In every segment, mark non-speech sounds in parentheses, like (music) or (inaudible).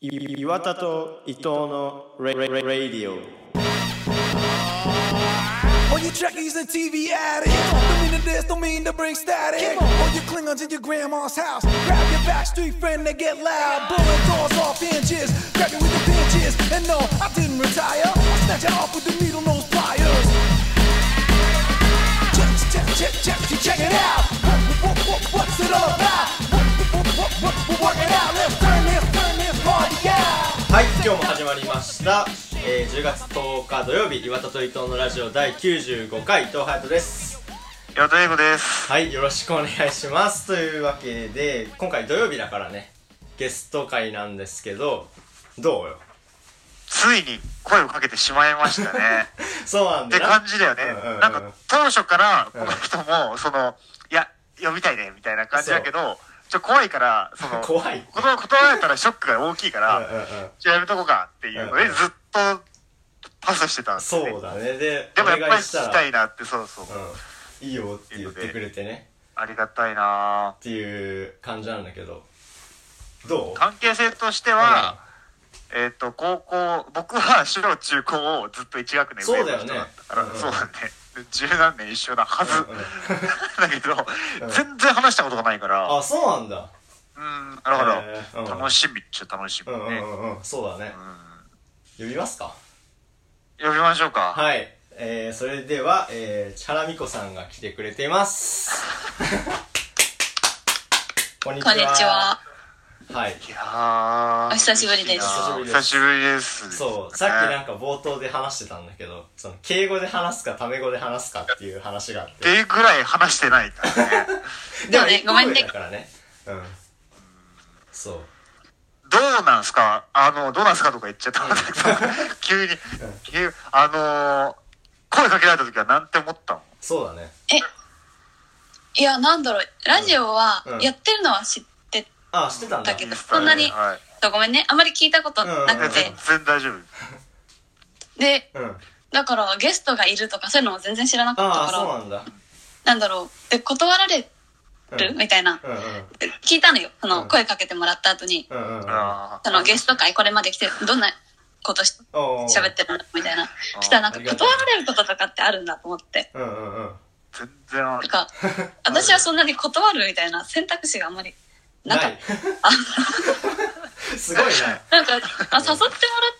い岩田と伊藤のレレレレディオ All you trekkies and TV addicts Don't mean to this, don't mean to bring static All you Klingons in your grandma's house Grab your backstreet friend, they get loud Blowing doors off inches Grab you with the pinches And no, I didn't retire I snatch it off with the needle nose pliers Check, check, check, check, check, check it out what, what, what, What's it all about? What, what, what, what, what, work it out Let's turn this, turn this party out はい今日も始まりました、えー10月10日土曜日岩田と伊藤のラジオ第95回伊藤隼人です岩田英子です。はいよろしくお願いしますというわけで今回土曜日だからねゲスト会なんですけどどうよついに声をかけてしまいまし (laughs) たね。そうなんってだな感じだよねうんうんうん。なんか当初からこの人も、その、いや、呼びたいね、みたいな感じだけど、ちょ、怖いから、その、 (laughs) 怖いこの断られたらショックが大きいかうんうんうら、んじゃあやめとこうかっていうのうんで、うんずっとパスしてたんですよねそうだねででもやっおぱ願りい聞きたういなって、そうそう。ん、いいよって言ってくれてねありがたいなっていう感じなんだけどどう関係性としては、えっと、高校、僕は小中高をずっと1学年上の人だったから、そそううだだよね。で十何年一緒なはず。うんうん (laughs) だけど、全然話したことがないから、あそうなんだうん、なるほど、えーうん楽しみっちゃ楽しみうんうね。んうんうんそうだね呼びますか呼びましょうか。はい、えー、それでは、えー、チャラミコさんが来てくれています (laughs) こんにちこはんにちは。はいい、やーお久しぶりです嬉しいなお久お久ししぶりです。そうさっきなんか冒頭で話してたんだけどその敬語で話すかタメ語で話すかっていう話があっっていうぐらい話してないからね。てでもねごめん一ね個上だからねうんそうどうなんすかあの、どうなんすかとか言っちゃったんだけど、 (laughs) 急に、急にあのー声かけられた時はなんて思ったのそうだねいや、なんだろう、ラジオはうんやってるのは知ってあ知ってたんだだけど、うんそんなに、はいごめんね、あまり聞いたことなえくて全、然大丈夫。で、うんだからゲストがいるとかそういうのも全然知らなかあっあたそうかなんだら、なんだろう、で、断られうるんみたいな、うんうん聞いたのよ、そうのん声かけてもらった後に、うんうんうんあそのゲスト会これまで来て、どんなことしおー喋ってるのみたいな。したらなんあかりが断とうられることとかってあるんだと思って。うんうんうんー全然あなる (laughs) んか、私はそんなに断るみたいな選択肢があんまりななかったい。 (laughs) すごいななんか、あ、誘ってもらっ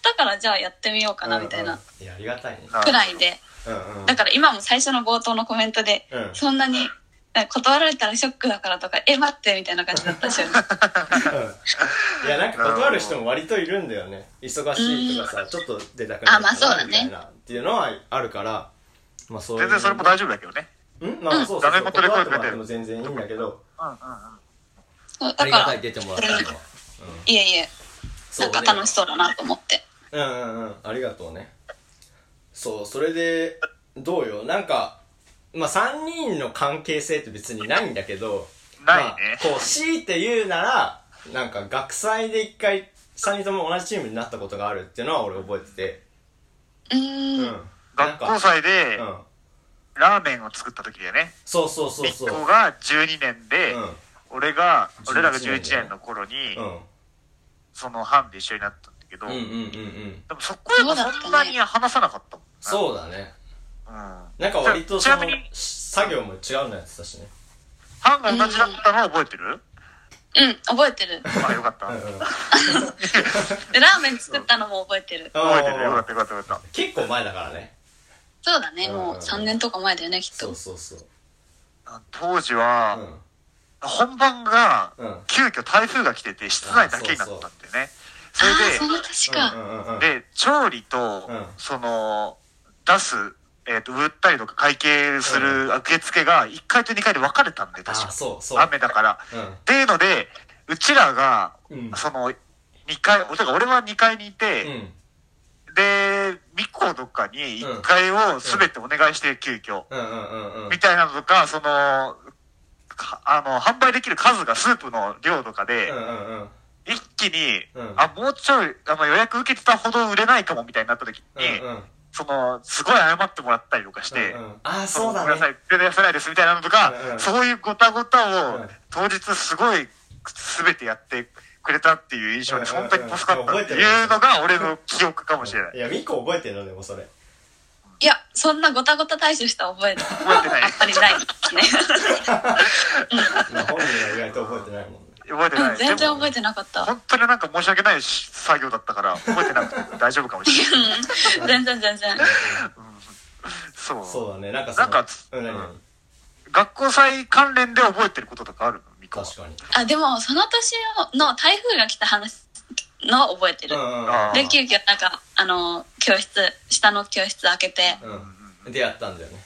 たから、じゃあやってみようかな、みたいな、うんうんいやありがたいねなくらいで。うんうんだから今も最初の冒頭のコメントで、うんそんなに、なんか断られたらショックだからとか、え、待って、みたいな感じだったでし (laughs) ょ。うんいやなんか断る人も割といるんだよね忙しいとかさちょっと出たくないあまあそうだねみたいなっていうのはあるからまあそういう全然それも大丈夫だけどね。うんまあそうそうダそメう元で声かけて断ってもるらっても全然いいんだけどうんうんうん。そうあだりかがら、たいい出てもらったのはえいえ、そなうんねか楽しそうだなと思って。うんうんうんありがとうねそうそれでどうよなんかまあ3人の関係性って別にないんだけどないねまあこう強いて言うならなんか学祭で一回3人とも同じチームになったことがあるっていうのは俺覚えてうーてうん。んなん学校か祭でうんラーメンを作った時だよね。そうそうそう一そう個が12年で、うん俺が、 11俺らが11年の頃に、うんその班で一緒になったんだけど、うんうんうんでうんもそこでもそんなに話さなかったもんな。そうだねうん。なんか割とそのちなみに作業も違うのやってたしね班が同じだったの覚えてる、うん、覚えてる。あ、よかった。うんう覚んでラーメン作ったのも覚えてる。えてる。よかったよかったよかっ結構前だからねそうだね、うんもう3年とか前だよね、きっそとう。そうそうた。当時うは、ん本番が、うん急遽台風が来てて、室内だけになったんだよね。そあれあー、でそ、の確うか。んうんうんうんで、調理と、うんその、出す、えっ、と、売ったりとか会計する受付が1階と2階で分かれたんで、確あか。そうそう雨だから。っていうので、うちらが、うんうんその、2階、てか俺は2階にいて、で、ミッコとかに1階を全てお願いして急遽、うんうんうんうんうんみたいなのとか、その、かあの、販売できる数がスープの量とかで、うんうんうん一気に、うんあ、もうちょい、あの予約受けてたほど売れないかもみたいになった時に、うんうんその、すごい謝ってもらったりとかして、うんうんあそのそうだごめんなさねい、売れ出せないですみたいなのとか、うんうんそういうごたごたうをん当日すごい全てやってくれたっていう印象で、本当に助かったっていうのが俺の記憶かもしれない。いや、ミコ覚えてるのでもそれ。いや、そんなごたごた対処した覚えが覚えてないやっぱりないですね。まあ本人は意外と覚えてないもんね。覚えてうなんい。 (laughs) (laughs) 全然でも覚えてなかった。本当になんか申し訳ないし作業だったから、覚えてなくて大丈夫かもしれ (laughs) ない。全然全然。そう。そうだね、なんかなんかつうん、何うん学校祭関連で覚えてることとかあるのミコは確かに。あ、でも、その年の台風が来た話のを覚えてるう。んうんあで、急遽、なんか、あの、教室、下の教室開けて、うん。うん。でやったんだよね。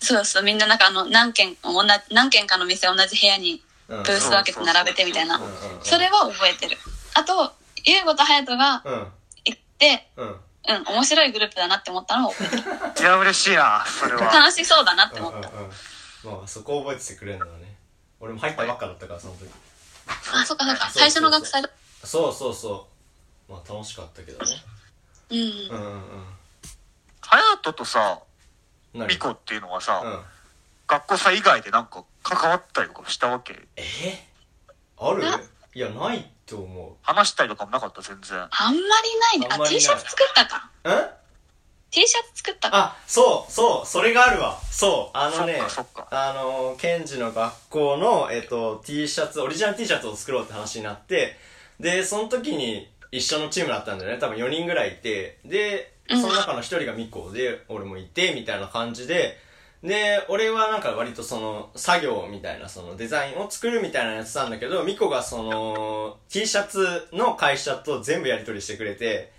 そうそう、みんななんかあの、何軒、同じ何軒かの店同じ部屋にうブん。ースを開けて並べてみたいなう。んうんうんそれは覚えてる。あと、ゆうごとはやとがうん。行って、うん。うん、面白いグループだなって思ったのを覚えてる。いや、嬉しいな、それは。楽しそうだなってうんう思んうっんた。まあそこを覚えててくれるのはね俺も入ったばっかだったからその時あ、そっかそっか。最初の学祭だ。そうそうそうまあ楽しかったけどねうん。うんうんうん隼人とさ、何ミコっていうのはさ、うん学校祭以外でなんか関わったりとかしたわけえあるないやないと思話したりとかもなかった、全然。あんまりないね。あんあ、まりない T シャツ作ったか。ううん T シャツ作ったか。 (laughs) あそうそうそれがあるわそうあのねそっかそっかあのケンジの学校の、えっと、T シャツオリジナル T シャツを作ろうって話になってでその時に一緒のチームだったんだよね多分4人ぐらいいてでその中の1人がミコで俺もいてみたいな感じでで俺はなんか割とその作業みたいなそのデザインを作るみたいなのやつなんだけどミコがその T シャツの会社と全部やり取りしてくれて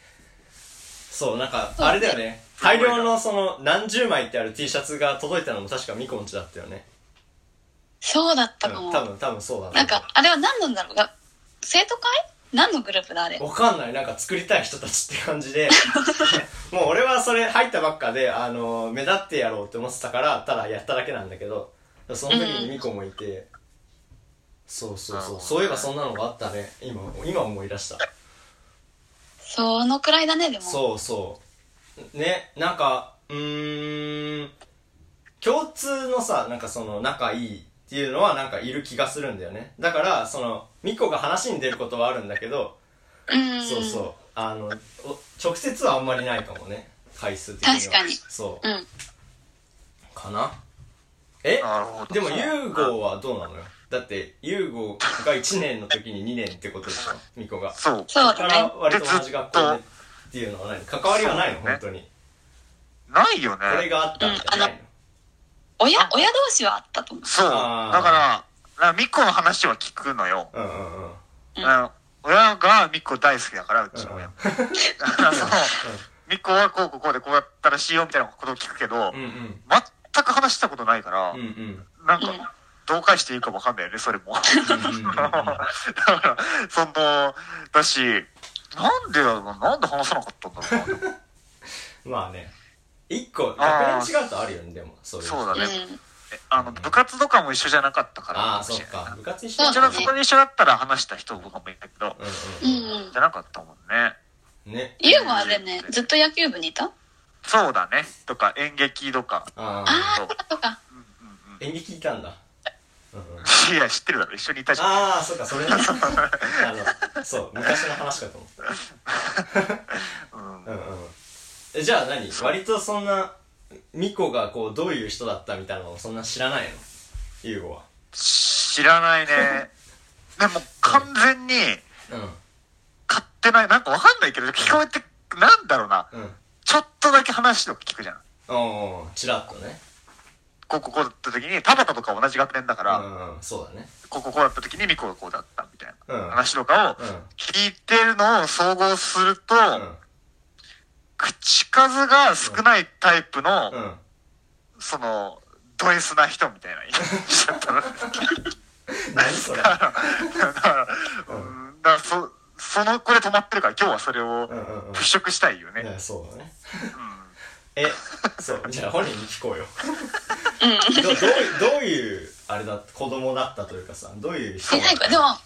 そうなんかあれだよねそう大ね量のその何十枚ってある T シャツが届いたのも確かミコんちだったよねそうだったかうもん。多分多分そうだなんか、あれは何なんだろうが生徒会何のグループだあれ。わかんないなんか作りたい人たちって感じ (laughs) でもう俺はそれ入ったばっかで、あの目立ってやろうって思ってたからただやっただけなんだけどその時にミコもいて、そうそうなるそほどうねそういえばそんなのがあったね今今思い出したそのくらいだね、でも。そうそうねなんかうーん共通のさなんかその仲いいっていうのはなんかいる気がするんだよねだからそのミコが話に出ることはあるんだけどうん。そうそう。あの、お直接はあんまりないかもね。回数的には。確かにそう。うん。かなえなるほど。でも、ユーゴはどうなのよだって、ユーゴが1年の時に2年ってことでしょミコが。そう。そうかだらね。割と同じ学校でっていうのは何関わりはないのそうね本当に。ないよこれね。があったみたいなのないの親、親同士はあったと思う。そう。だあーから、なんかミコの話は聞くのよ。うんうんうん。うんうん親がミコ大好きだから、うちのうん親も。だ (laughs) からその、ミコはこうこうこうでこうやったらしいよみたいなことを聞くけど、うんうん。全く話したことないから、うんうん。なんか、どう返していいかわかんないよね、それうも。んうんうんうん (laughs) だから、その、だし、なんでだろうな、なんで話さなかったんだろうなでも。まあね。1個、あー学年違うとあるよね、でも。そういう。そうだうね。ん。えあの、部活とかも一緒じゃなかったからああ、もしそれっないか。部活一緒そだうからね一緒だそこで一緒だったら話した人とかもいたけど、ううんうんうん。ん。じゃなかったもんね。ね。ゆうごはでね、ずっと野球部にいたそうだね。とか、演劇と (laughs) か。ああ。ああ、そうかそうか。演劇いたんだ、うんうん、いや、知ってるだろ、一緒にいたじゃん。ああそうかそれねあのそう昔の話かと思ったうんうんえじゃあ何割とそんなミコがこうどういう人だったみたいなのをそんな知らないのユーゴは知らな (laughs) いね。でも、完全に、う買ってない。なんかわかんないけど、聞こえて、なんだろうな。んうんちょっとだけ話とか聞くじゃん。おーチラッとねこうこうこうだった時に、田畑とか同じ学年だかうら、んうんそうだねこうこうこうだった時にミコがこうだったみたいな、うん話とかをうん聞いてるのを総合すると、う口数が少ないタイプの、んうんその、ド S な人みたいなしちゃ (laughs) ったな。だ何それから、うん、だからそ、その子で止まってるから、今日はそれをうんうんうん払拭したいよね。いやそうだね (laughs) えそうじゃあ本人に聞こうよどどういどういうあれだ子供だったというかさどういう人え、だなっんか、たでも、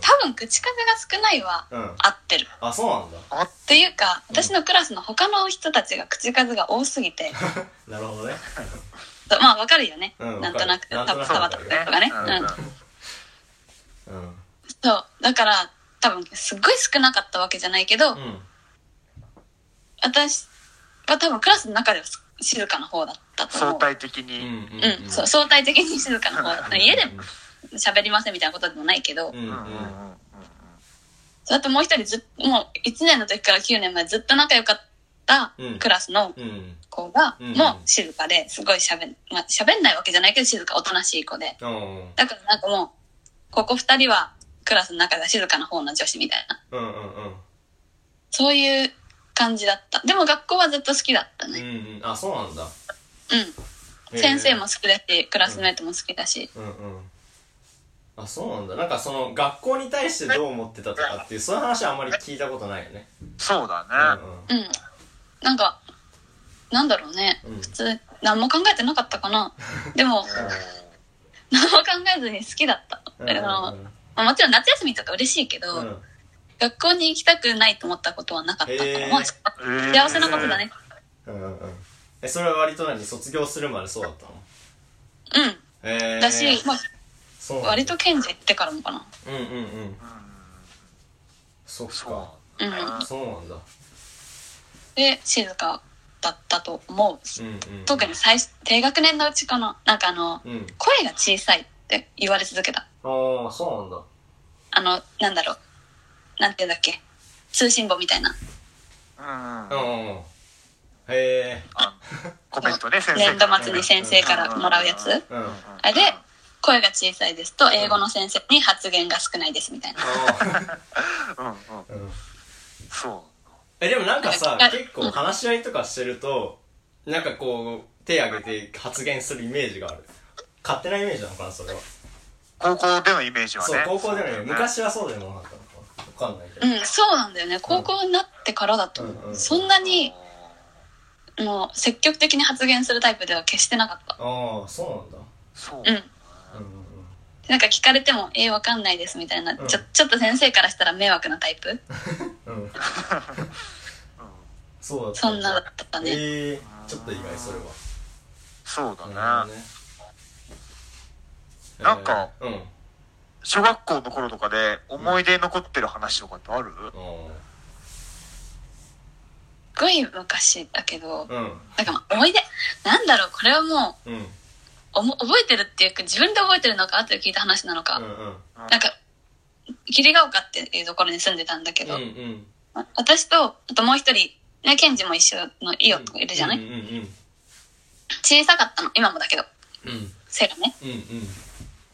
多分口数が少ないはうん合ってる。あそうなんだっていうか、私のクラスの他の人たちが口数が多す (laughs) ぎて、なるほどねそうまあわかるよね。うんなんとなく、わかたるぶん触ったりとかね。うん。うんそう。だから、多分すっごい少なかったわけじゃないけど、うん私は多分クラスの中では静かな方だったと思相う。対的うに、んうんうん、そう相対的に静かな方だった。家でも喋りませんみたいなことでもないけど、うんうんうんうんうんあともう一人ずっもう1年の時から9年までずっと仲良かったうんクラスのうん子が、うんもう静かですごい喋ん、まあ、喋んないわけじゃないけど静か、おとなしい子で。うんだからなんかもう、ここ二人はクラスの中では静かな方の女子みたいな。うんうんうんそういう感じだった。でも学校はずっと好きだったうんね。うんあそうなんだうん。へー先生も好きだし、クラスメートも好きだし。うんうんあそうなんだなんかその学校に対してどう思ってたとかっていうそういう話はあんまり聞いたことないよねそうだうね、んうん。なんか、なんだろうね。うん普通、何も考えてなかったか (laughs) な。でも、何も考えずに好きだった。うあんうんのまあもちろん夏休みとか嬉しいけど、うんうん学校に行きたくないと思ったことはなかったかへーら、もう幸せなことだね。うんうんうんえそれは割と何卒業するまでそうだったのうえん。ー、だし、まそうなあ、んだ割と賢者行ってからもかな。うんうんうんそっかそううん。そうなんだで、静かだったと思う。うんうん特に最初低学年のうちかな。なんかあの、うん声が小さいって言われ続けた。ああそうなんだあの、なんだろう。なんていうんだっけ。通信簿みたいな。うんうんううんんうんへえあコメントね先生年度末に先生からもらうやつ。うんああれで、声が小さいですと、英語の先生に発言が少ないですみたいな。あうんうんーうんそえでもなんかさはい結構話し合いとかしてるとなんかこう手挙げて発言するイメージがある勝手なイメージなのかなそれはう高校でのイメージはそうね高校でもねね昔はそうでもなかったのかなわかんないけうどん、そうなんだよね。高校になってからだと思う、うんうんそんなに、もう、積極的に発言するタイプでは決してなかった。ああそうなんだそううん。うんうんうんなんか聞かれても、えー、わかんないですみたいな、うんちょ、ちょっと先生からしたら迷惑なタイプうん。そうだった。そんなだったね。ええちょっと意外それは。そうだねるほどねなんかえーうん。小学校の頃とかで思い出に残ってる話とかってある、すごい昔だけど、うん。なんかまあ思い出、なんだろう、これはもうん。うん。う、おも覚えてるっていうか、自分で覚えてるのか、後で聞いた話なのか、うん。なんか、霧ヶ丘っていうところに住んでたんだけうど、ん。うん。あ私と、あともう一人、ね、ケンジも一緒のイオとかいるじゃない、うんうんうん。小さかったの、今もだけど、うん。背がね。うん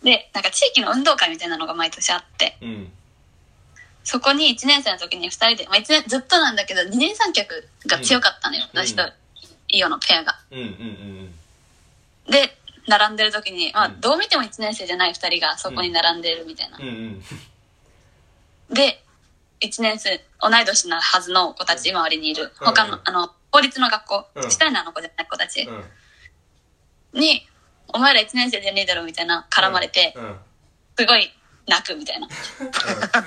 で、なんか地域の運動会みたいなのが毎年あって、うん。うん。そこに1年生の時に2人で、まあ、1年ずっとなんだけど二人三脚が強かったのよ、うん私とイオのペアが。うんうんうんで並んでる時に、まあうん、どう見ても1年生じゃない2人がそこに並んでるみたいなうん。う。んうん。で1年生同い年なはずの子たち周りにいるうん他の,、あの公立の学校うん下なの子じゃない子たちうん。に「お前ら1年生じゃねえだろ」みたいな絡まれてうん。うん。すごい泣くみたいな。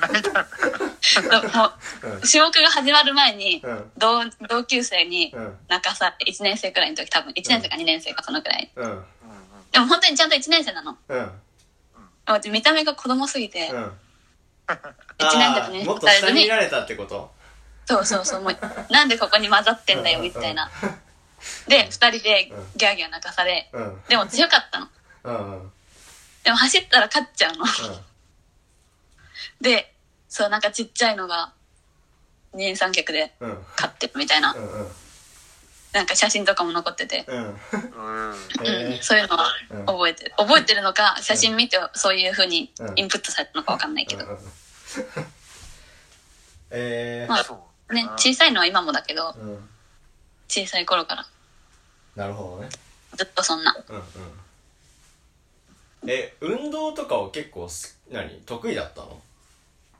泣いた (laughs) もうんう種目が始まる前にうん同同級生にうん泣かされ1年生くらいの時多分1年生か2年生かそのくらいうん。でも本当にちゃんと1年生なのうん。もう見た目が子供すぎてうん。 1年生あとー2もっ年と下生されずにいにられたってことそうそうそうもうなんでここに混ざってんだよみたいなで2人でギャーギャー泣かされうん。うん。でも強かったのうん。うん。でも走ったら勝っちゃうのでそうなんかちっちゃいのが二人三脚でうん。勝ってるみたいなうん。うん。なんか写真とかも残っててうん。うんうえん、そういうのはうん覚えてる。覚えてるのか、写真見てそういう風にうんインプットされたのかわかんないけど。ー。えまそうあね、小さいのは今もだけどー。、うん。小さい頃からなるほどね。ずっとそんな。うんうんえ運動とかは結構す何得意だったの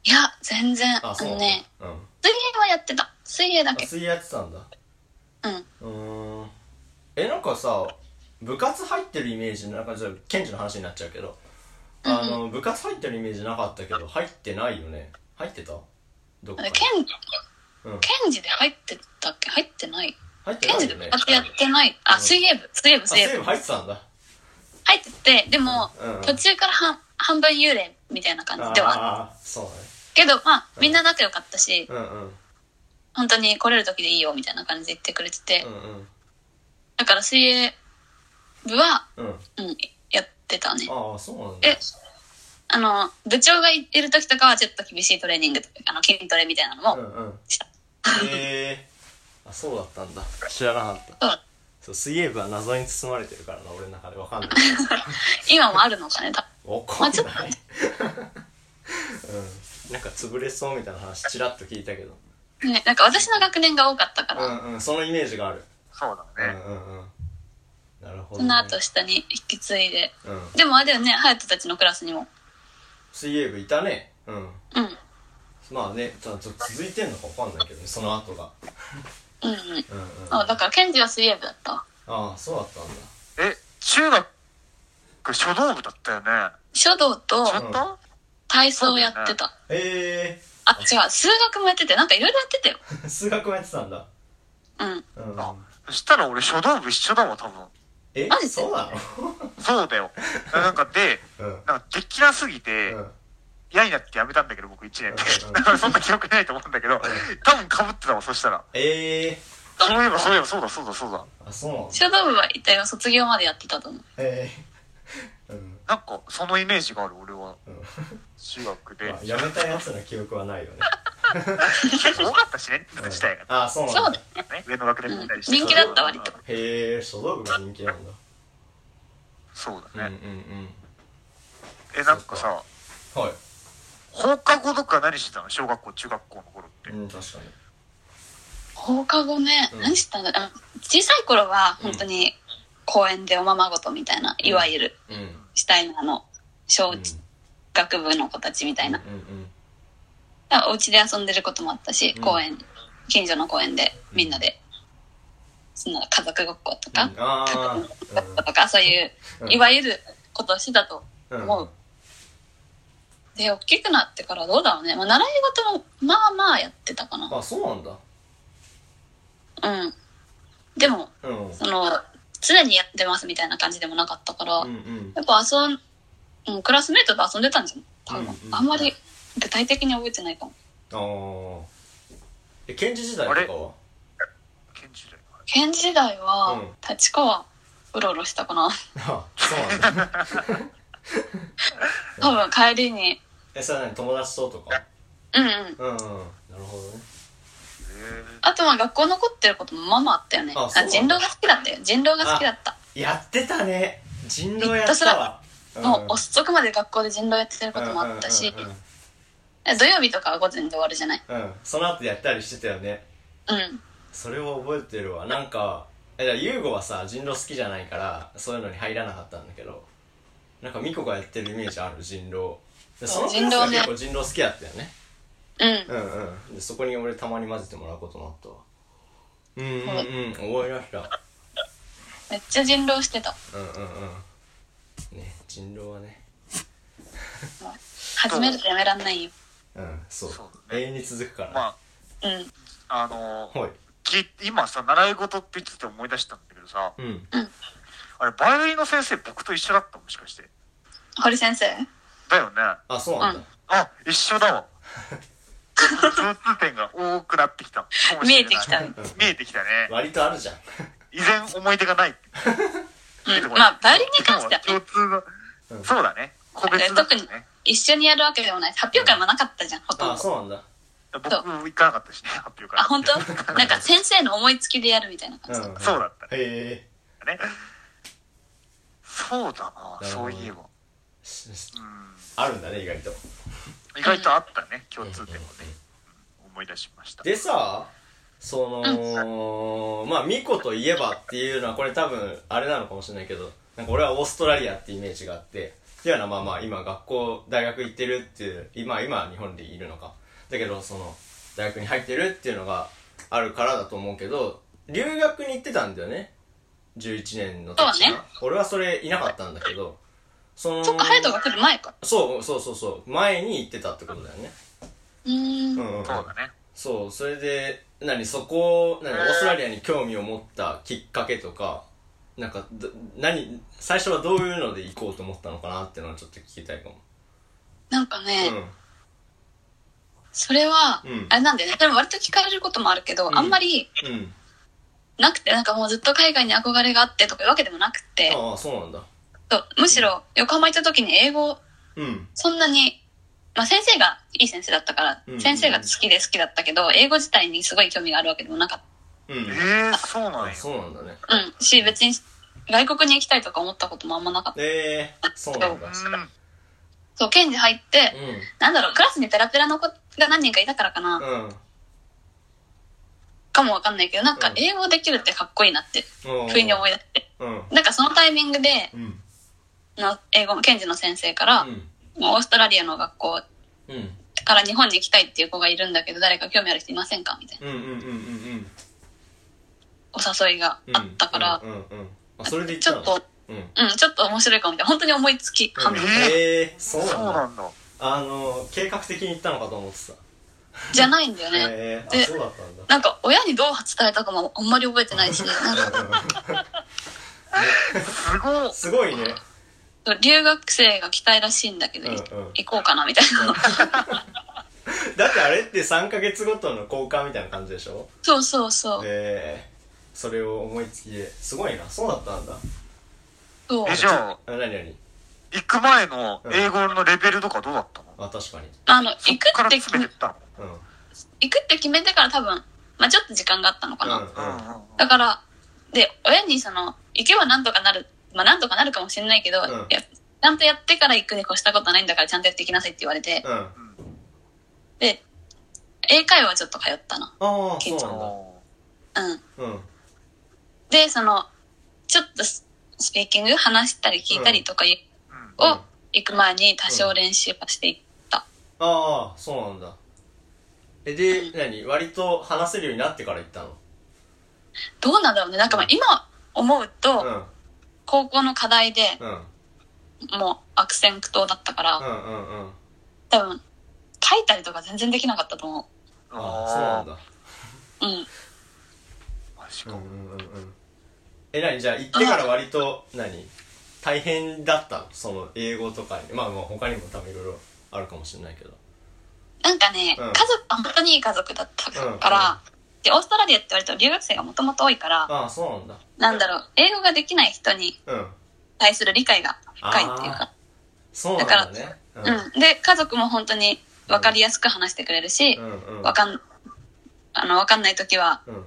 いや、全然、ああそうのなんだね、うん水泳はやってた。水泳だあけ。水泳やってたんだうん。うーんえなんかさ部活入ってるイメージなんかじゃあケンジの話になっちゃうけどあの、部活入ってるイメージなかったけど入ってないよね入ってたどっかケにン、ケうんンジで入ってたっけ入ってない。入ってケンないジよでね部活やってない。うあ、ん水泳部、水泳部、あ水泳セー部。ブ入ってたんだ入ってて、でもうんうん、途中から半半分幽霊みたいな感じではあっああーそうけど、まあ、みんな仲良かったし、うんうん本当に来れる時でいいよ、みたいな感じで言ってくれててう、んだから水泳部は、うんうんうん、やってたね。ああそうなんだえ、あの、部長がいる時とかはちょっと厳しいトレーニングとか、あの、筋トレみたいなのうもんうんした。へえあそうだったんだ知らなかったそう (laughs) そう水泳部は謎に包まれてるからな俺の中でわかんない今もあるのかね、多分わかんまあちょっないうんなんか潰れそうみたいな話ちらっと聞いたけどね、なんか私の学年が多かったかうら、んうんそのイメージがあるそううだんうね。んうんなるほどそねの後下に引き継いで。うんでもあれだよね、隼人たちのクラスにも。水泳部いたねうんうん。まあねちょっと続いてんのかわかんないけどねその後がうんうん。うんうんあだから、ケンジは水泳部だったわ。ああそうだったんだえ、中学、書道部だったよね。書道とちょっと体操をやってた。えあ、違う、数学もやってて、なんかいろいろやってたよ。え (laughs) 数学もやってたんだうん。うんあ、そしたら俺書道部一緒だわ、多分。えマジでそうなそう (laughs) だよ。なんかで、のうんなんかできなすぎて、うん嫌になってやめたんだけど、僕1年うんで。だから (laughs) そんな記憶ないと思うんだけど、多分被ってたわ、そしたら。ええそういえば、そういえば、そうだ、そうだ、そうだ。あそうなんだ書道部は一体は卒業までやってたと思う。ええうんなんか、そのイメージがある、俺は。うん中学でまあ。やめたやつの記憶はないよね (laughs) 結構多かったしね、自体が。ああそうなそうんだだよね、上の学年みたりして。人気だった割と。へえ書道部が人気なんだそううんうだんね。うんえ、なんかさ、は放課後とか何してたの小学校、中学校の頃ってい。うん確かに放課後ね、うん何してたんだろうあ小さい頃は、本当に公園でおままごとみたいな、いわゆる、うんシュタイナーの小うん学部の子たちみたいな。うんうんだからお家で遊んでることもあったし、うん公園、近所の公園でみんなで、その家族ごっことか、うんああごっことか、そういうう、んいわゆることをしてたとうん思う。で、大きくなってからどうだろうね。まあ、習い事も、まあまあやってたかな。あそうなんだうん。でも、うんその、常にやってますみたいな感じでもなかったから、うんうんやっぱ遊ん、うん、クラスメートと遊んでたんじゃん。多分、うんうんあんまり具体的に覚えてないかも。ああえ検事時代とかは県中で。県時代は、うん立川、うろうろしたかな。あそうなんだ (laughs) 多分帰りに、えそれは何友達ととかうんうん。うんうんなるほどねえあとまあ学校残ってることもまあまああったよね。ああそうなんだ人狼が好きだったよ。人狼が好きだった。やってたね人狼やったわもう遅くまで学校で人狼やってることもあったしう、んうんうん土曜日とかは午前で終わるじゃない。うんうんその後やったりしてたよねうん。それを覚えてるわなんかえだからユーゴはさ人狼好きじゃないからそういうのに入らなかったんだけどなんかミコがやってるイメージある人狼でそのクラス人が狼ね結構人狼好きだったよねうん。うんうんでそこに俺たまに混ぜてもらうこともあったわうんうんうん覚えましためっちゃ人狼してた。うんうんうんね人狼はね始めるとやめらんないよ。うんそうそう永遠に続くかーらまうん。あ、あのー、はいき今さ、習い事って言ってて思い出したんだけどさ、うんあれ、バイオリンの先生、僕と一緒だったもしかして。堀先生だよね。あそうなんだ、うんあ、一緒だわ。共通点が多くなってきた。かもしれない (laughs) 見えてきた見えてきたね。割とあるじゃん依然思い出がない。うん。まあ、バイオリンに関しては共ね、通の、うんそうだね。個別だった特にね。一緒にやるわけでもない。発表会もなかったじゃん、ほとあんど。そうなんだ僕行かなかったしね、発表会。あ、本当？なんか先生の思いつきでやるみたいなう感じ。んそうだったへえね。そうだな、そういえば。うんあるんだね意外と意外とあったね、共通点もね。思い出しました。でさその、まあミコといえばっていうのはこれ多分あれなのかもしれないけどなんか俺はオーストラリアってイメージがあってっていうのはまあまあ今学校大学行ってるっていう今今は日本でいるのかだけどその大学に入ってるっていうのがあるからだと思うけど留学に行ってたんだよね11年の時かなそうね俺はそれいなかったんだけどそのそっか、ハヤトが来る前か。そうそうそうそう前に行ってたってことだよねうーうん。んうん、うん、そうだね。そうそれで何そこ何オーストラリアに興味を持ったきっかけとかなんかど何最初はどういうので行こうと思ったのかなっていうのはちょっと聞きたいかもなんかね、うんそれは、うんあれなんだよね。それも割と聞かれることもあるけど、んあんまりうんなくて、なんかもうずっと海外に憧れがあってとかいうわけでもなくて、ああそうなんだそうむしろ横浜行った時に英語うんそんなに、まあ先生がいい先生だったからうん、先生が好きで好きだったけど、英語自体にすごい興味があるわけでもなかっうんえー、そうなんあや。そうなんだねた。うん。し、別に外国に行きたいとか思ったこともあんまなかった。ええそうなんだう。そう、ケンジ入って、なんだろう、クラスにペラペラの子が何人かいたからかな、うんうんかもわかんないけど、なんうかん英語できるってかっこいいなって、不意に思い出して。うんなんかそのタイミングで、うんの英語のケンジの先生から、うんもうオーストラリアの学校うんから日本に行きたいっていう子がいるんだけど、誰か興味ある人いませんかみたいなうんうんうんうんお誘いがうんあったから、うんうんうんあそれで行っちたょのっと、うんうんうん、ちょっと面白いかもみたいな。本当に思いつき。半分ええそうんそうなんなだんだ。あの計画的に行ったのかと思ってたじゃないんだよね。ええあでそうだったんだなんか、親にどう伝えたかもあんまり覚えてないし、なんか、すご (laughs) い。すごいね留学生が来たいらしいんだけど、いうんうん行こうかなみたいな。だってあれって3ヶ月ごとの交換みたいな感じでしょそうそうそう。ええそれを思いつきですごいなそうだったんだそうえ、。じゃあ、あ何何行く前の英語のレベルとかどうだったのあ確かにあの、行そっくからって詰め決めて、ったのうんうん行くって決めてから多分、まあちょっと時間があったのかな。うんううんうん。だから、で、親にその、行けばなんとかなる、まあなんとかなるかもしれないけど、んいやちゃんとやってから行くに越したことないんだからちゃんとやっていきなさいって言われて、んうんあで、英会話はちょっと通ったな。あそう緊張なんだおうん。うんで、その、ちょっとススピーキング話したり聞いたりとかいーうんうんを行く前に多少練習はしていった。ああそうなんだえで何割と話せるようになってから行ったのどうなんだろうね。なんかまあうん今思ううと、ん高校の課題でうんもう悪戦苦闘だったうから、んうんうん多分、書いたりとか全然できなかったと思ああそうなんだう。うん。マジうかんうんうんうんえ何じゃあ行ってから割と何大変だったのその英語とかにまあまあ他にも多分いろいろあるかもしれないけどなんかね、うん家族は本当にいい家族だったから、で、オーストラリアって割と留学生がもともと多いから、ああそうなんだなんだろう、英語ができない人にうん対する理解が深いっていうか、そうなんだねうんうん。で、家族も本当に分かりやすく話してくれるし、うんうんわかん、あの、わかんない時はうん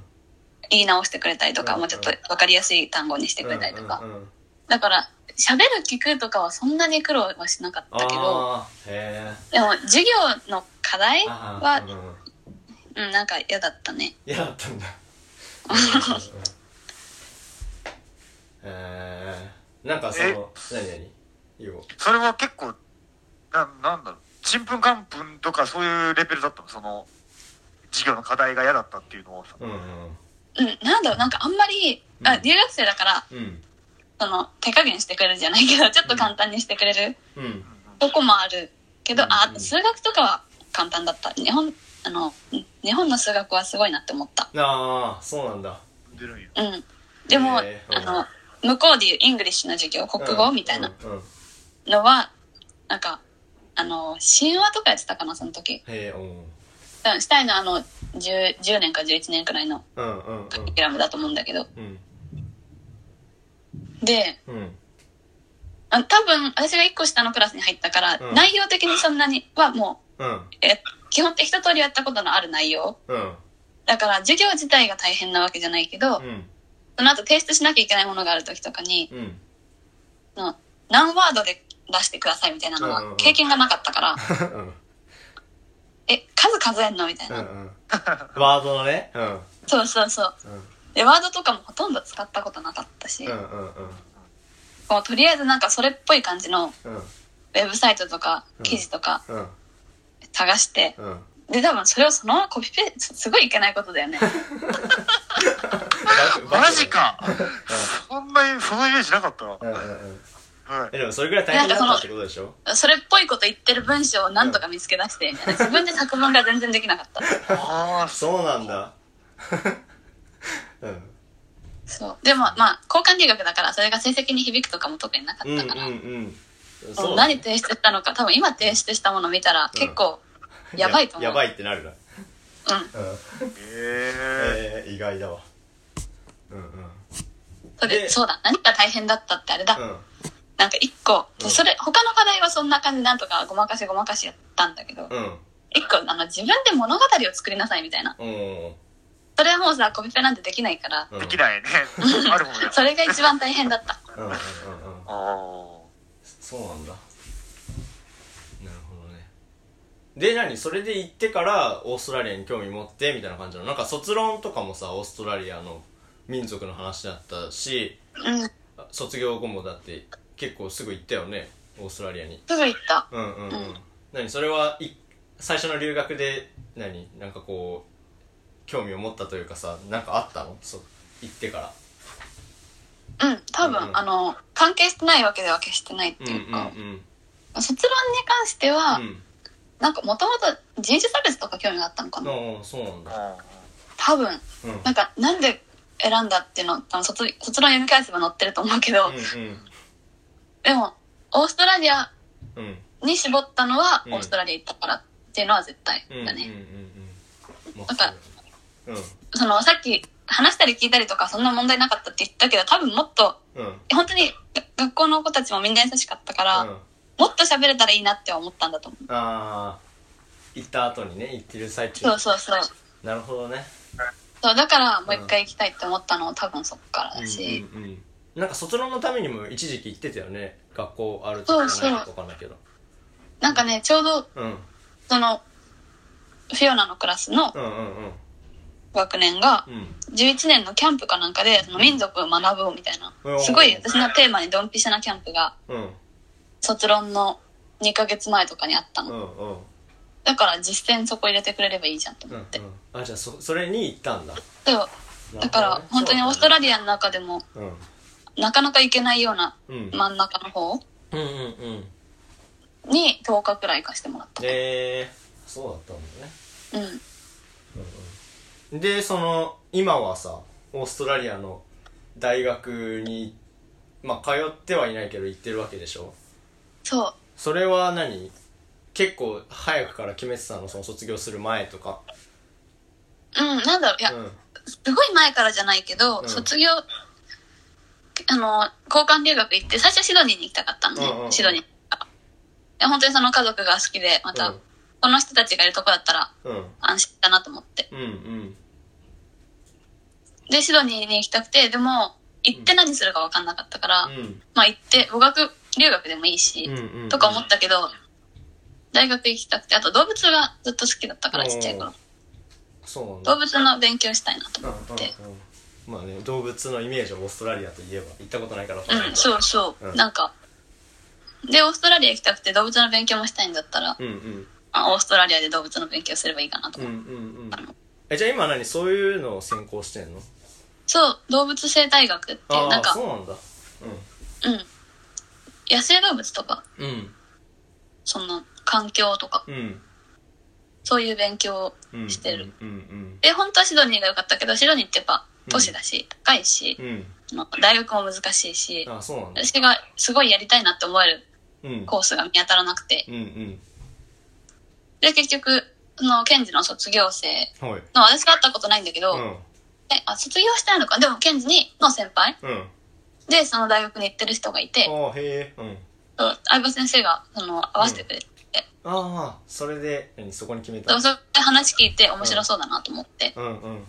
言い直してくれたりとか、うんもうちょっとわかりやすい単語にしてくれたりとか。うんうんうんだから、喋る聞くとかはそんなに苦労はしなかったけど、ああへえでも授業の課題ああうんは、うんうん、なんか嫌だったね。嫌だったんだえー、なんかその何何言おうそれは結構、ななんだろう、ちんぷんかんぷんとかそういうレベルだったのその、授業の課題が嫌だったっていうのをさ。うんうんうん、なんだろう、なんかあんまり、うあ、ん留学生だから、うんその、手加減してくれるじゃないけど、ちょっと簡単にしてくれるうんとこもあるけど、うんあ、数学とかは簡単だった。日本、あの、うん日本の数学はすごいなって思った。ああそうなんだ出るんや。うん。でも、へーあうんの、向こうでいうイングリッシュの授業、国語みたいなうんうんうんへのは、なんか、あの、神話とかやってたかな、その時。えうんうん、したいのはあの10、10年か11年くらいのうんうんカリキュラムだと思うんだけど。うんで、うんうんあ多分、私が1個下のクラスに入ったから、うん内容的にそんなにはもうんう、え基本って一通りやったことのある内容。うんだから、授業自体が大変なわけじゃないけど、うんその後提出しなきゃいけないものがある時とかに、うんの何ワードで出してくださいみたいなのうんうんうんは経験がなかったから、うんえ、数数えんのみたいうな。んうんワードのねうんうんそうそうそう。で、ワードとかもほとんど使ったことなかったし、うんうんうんもうとりあえずなんかそれっぽい感じのうんウェブサイトとかうん記事とかうん探して、うんで、多分それをそのままコピペ、すすごいいけないことだよね。マジかそんなに、そのイメージなかったな。うんうんうんはいえ。でもそれぐらい大変だったってことでしょそれっぽいこと言ってる文章をなんとか見つけ出して、みたいな自分で作文が全然できなかった。ああ、そ (laughs) そうなんだうんそう。でも、まあ、交換留学だから、それが成績に響くとかも特になかうんうっんたから、うんもうそうだ何ね提出したのか、多分今提出したもの見たら、結構、やばいと思うやばいってなるなうんええー、意外だわうんうんそれでそうだ何が大変だったってあれだ、うんなんか一個うんそれ他の課題はそんな感じなんとかごまかしごまかしやったんだけどうん一個あの自分で物語を作りなさいみたいなうんそれはもうさコピペなんてできないからうー、んで (laughs) きないね。あるもんね。 (laughs) それが一番大変だったうんうんうんうんああ。そうなんだなるほどねで何それで行ってからオーストラリアに興味持ってみたいな感じなのなんか卒論とかもさオーストラリアの民族の話だったしうんす卒業後もだって結構すぐ行ったよねオーストラリアにぐ行ったうんうんうん、うん何それはい最初の留学で何なんかこう興味を持ったというかさなんかあったのそう行ってからうん多分、うんうんあの関係してないわけでは決してないっうてんうんいうか、卒論に関しては、うんなんかもともと人種差別とか興味があったのかうんな、ああそうなんだ多分うんうんなんかなんで選んだっていうの多分卒卒論読み返せば載ってると思うけど、でもオーストラリアうんうんに絞ったのはうんオーストラリア行ったからっていうのは絶対うんうんうんだうんね、まなんそうかだねそのさっき話したり聞いたりとかそんな問題なかったって言ったけど多分もっとうんうん本当にが学校の子たちもみんな優しかったから、うんもっと喋れたらいいなって思ったんだと思う、ああ行った後にね行ってる最中そうそうそうなるほどねそうだからもう一回行きたいって思ったのは多分そっからだし、うんうんうんなんか卒論のためにも一時期行ってたよね学校あるとかないとかわかんないけどなんかねちょうどうんそのフィオナのクラスのうんうんうん学年がうん11年のキャンプかなんかでその民族を学ぶみたいうんなすごい私のテーマにドンピシャなキャンプがうん卒論の2ヶ月前とかにあったうんうのんうんだから実践そこ入れてくれればいいじゃんとう思んってあじゃあそそれに行ったんだそうだから本当にオーストラリアの中でもリアなかなか行けないようなうんうん真ん中の方うんうんうんに10日くらい貸してもらったえー、そうだったんだねうんでその今はさオーストラリアの大学にまあ通ってはいないけど行ってるわけでしょそうそれは何結構早くから決めてたのその卒業する前とかうんなんだろういや、うんすごい前からじゃないけど、うん卒業あの交換留学行って最初はシドニーに行きたかったのね、うんうんうんシドニーで本当にその家族が好きでまた、うんこの人たちがいるとこだったらうん安心だなと思ってうんうんでシドニーに行きたくてでも行って何するか分かんなかったから、うんまあ行って語学留学でもいいし、うんうんうんとか思ったけど大学行きたくてあと動物がずっと好きだったからちっちゃい頃そうなんだ動物の勉強したいなと思って。うんうんうんまあね動物のイメージはオーストラリアといえば行ったことないからわかんないけうどん、そうそう、うんなんかでオーストラリア行きたくて動物の勉強もしたいんだったら、うんうんあオーストラリアで動物の勉強すればいいかなとうんう思んう、うんえじゃあ今何そういうのを専攻してんのそう動物生態学っていうあなんあかそうなんだうん野生動物とかうんその環境とかうんうんそういう勉強をうんしてる、うんうんで本当はシドニーが良かったけどシドニーってやっぱ都市だし、高いしう、んうんあの大学も難しいしあそうなんだ私がすごいやりたいなって思えるうんコースが見当たらなくてうんうんで結局そのケンジの卒業生はいの私が会ったことないんだけど、うんえ、あ、卒業してないのか。でも、ケンジにの先輩うんで、その大学に行ってる人がいて、ああへえうんそう相葉先生が、その、合わせてくれて、ああそれで何そこに決めそたうそれで話聞いて面白そうだなと思って、うんうん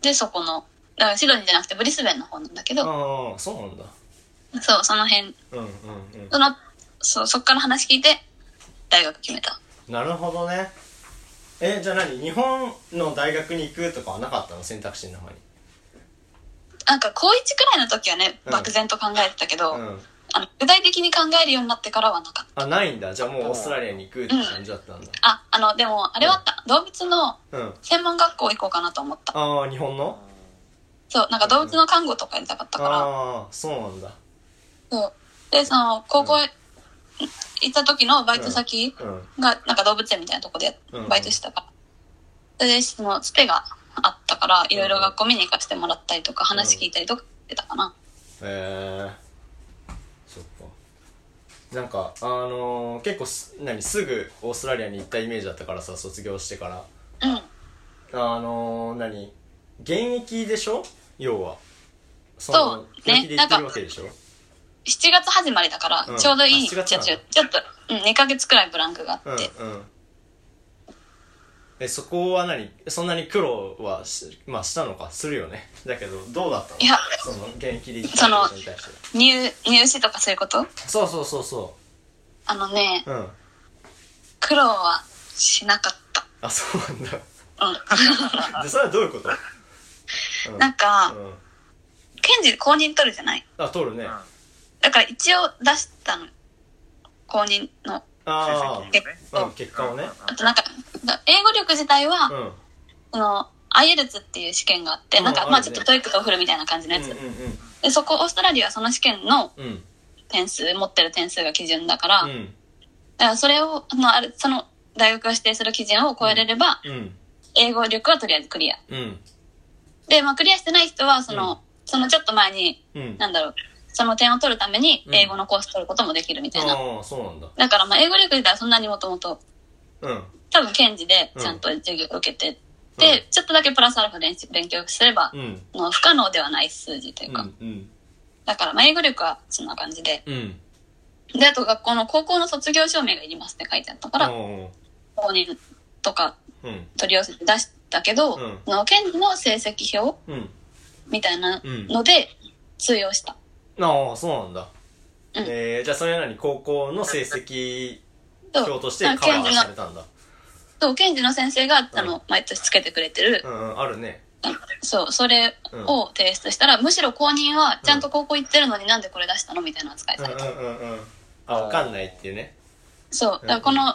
で、そこの、だからシドニーじゃなくてブリスベンの方なんだけど、ああそうなんだそう、その辺、うんうんうんその、そう、そっから話聞いて、大学決めた。なるほどねえじゃあ何日本の大学に行くとかはなかったの選択肢の中になんか、高1くらいの時はね、うん漠然と考えてたけど、うんあの具体的に考えるようになってからはなかった。あないんだじゃあもうオーストラリアに行くって感じだったんだあ、あの、でも、あれはあった。動物のうん専門学校行こうかなと思った。ああ日本のそう、なんか動物の看護とかやりたかったから、ああそうなんだそう。で、その、高校行った時のバイト先うんが、なんか動物園みたいなとこでうんバイトしてたから。それで、その、つてがあったから、いろいろ学校見に行かせてもらったりとか、話聞いたりとかしてたかな。へえそっかなんかあのー結構す何すぐオーストラリアに行ったイメージだったからさ卒業してからうん。あのー何現役でしょ要はそそうね現役で行ってるわけでしょ7月始まりだから、うんちょうどいいあち7ょ月ちなょんだちょっと、うん、2ヶ月くらいブランクがうあって、んうんえそこは何そんなに苦労はし,、まあ、したのかするよねだけどどうだったのいやその現役で行っそたのことに対して入入試とかそういうことそうそうそうそあのねううん苦労はしなかったあそうなんだうでそれはどういうこと、うんんなんかうん、検事公認取るじゃないあ通るね、うんあだから一応出したの公認のあ成績結ねうん構結果をねあとなんかだ英語力自体は、うんうんその IELTS っていう試験があって、うんなんかあるねまあちょっとトイックとフルみたいな感じのやつ、でそこオーストラリアはその試験のうんうん点数持ってる点数が基準だから、うんうんだからそれをあのあるその大学が指定する基準を超えれれば、うん英語力はとりあえずクリアうんで、まあ、クリアしてない人はその,、うんそのちょっと前にうんなんだろうその点を取るためにうん英語のコース取ることもできるみたいな、ああそうなんだだからまあ英語力自体はそんなにもともとうん多分検事でちゃんと授業を受けて、でちょっとだけプラスアルファ練習勉強すれば、うんあの不可能ではない数字といううか、んうんだからまあ英語力はそんな感じでうんであと学校の高校の卒業証明がいりますって書いてあったから、うん公認とかうん取り寄せて出したけど、うんあの検事の成績表うんみたいなので通用した。ああそうなんだ、うんえー、じゃあそれなりに高校の成績そう表としてなんカかバ検ー事されのたんだそう検事の先生が、あうんの毎年つけてくれてる、うんうんあるねそうそれを提出したら、むしろ公認はちゃんと高校行ってるのになんでこれ出したのみたいな扱いうさんうんれた、うんうんあわかんないっていうねそうだからこの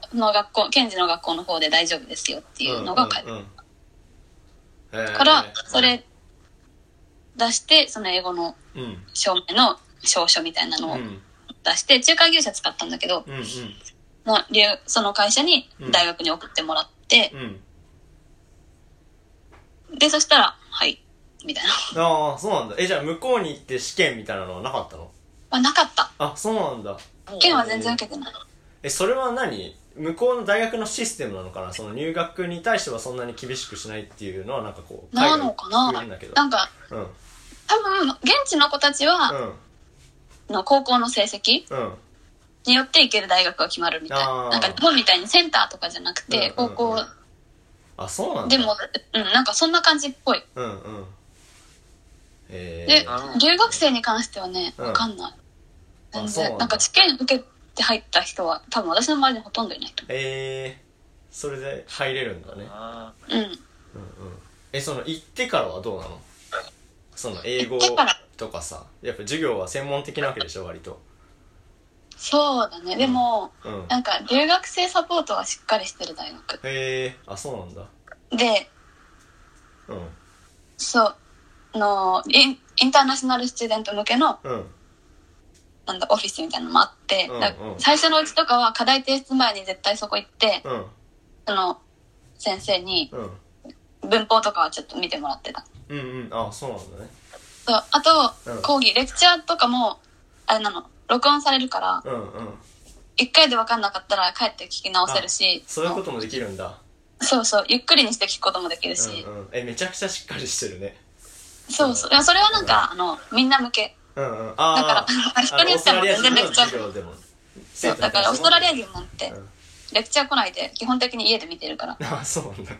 この学校検事の学校の方で大丈夫ですよっていうのが書いてあるうんうんうんえーから、それ出して、その英語のうんうん証明の証書みたいなのうをん出して、仲介業者使ったんだけど、うんの留その会社に大学に送ってもらってう、んで、そしたら、はい、みたいな。 (laughs) ああそうなんだえじゃあ向こうに行って試験みたいなのはなかったのまあ、なかった。あそうなんだ県は全然受けてない。えそれは何向こうの大学のシステムなのかなその入学に対してはそんなに厳しくしないっていうのはなんかこうなのかな海外で聞くんだけどなんか、うん多分、現地の子たちは、の高校の成績うんうんによって行ける大学が決まるみたいあな。ーなんか、日本みたいにセンターとかじゃなくて、うん高うん校あそうなんだでも、うん、なんかそんな感じっぽい。うんうんえでー、ー、留学生に関してはね、うんわかんない。全そうなん然。だなんか試験受けて入った人は、多分私の周りにほとんどいないとえー、それで入れるんだねあ思う。うん。うんうんえその行ってからはどうなのその英語行ってからとかさやっぱ授業は専門的なわけでしょ割とそうだね。でも、うんなんか留学生サポートがしっかりしてる大学。へえー、あそうなんだで、うんそう、の、インインターナショナルスチューデント向けの、うんなんだ、オフィスみたいなのもあって、うんうんだ最初のうちとかは課題提出前に絶対そこ行って、うんその、先生にうん文法とかはちょっと見てもらってた。うんうんあそうなんだねそう、あと、うん講義、レクチャーとかも、あれなの、録音されるから、うんうん一回で分かんなかったら帰って聞き直せるし、そういうこともできるんだそうそう、ゆっくりにして聞くこともできるし、うんうんえめちゃくちゃしっかりしてるねそうそう、でもそれはなんか、あの、みんな向け。うんうんだあかー (laughs) ら、人によっても全然レあのオーストラリア人のクチャ授ー。業でもそう、だからオーストラリア人なんてうん、レクチャー来ないで、基本的に家で見てるから。あそうなんだ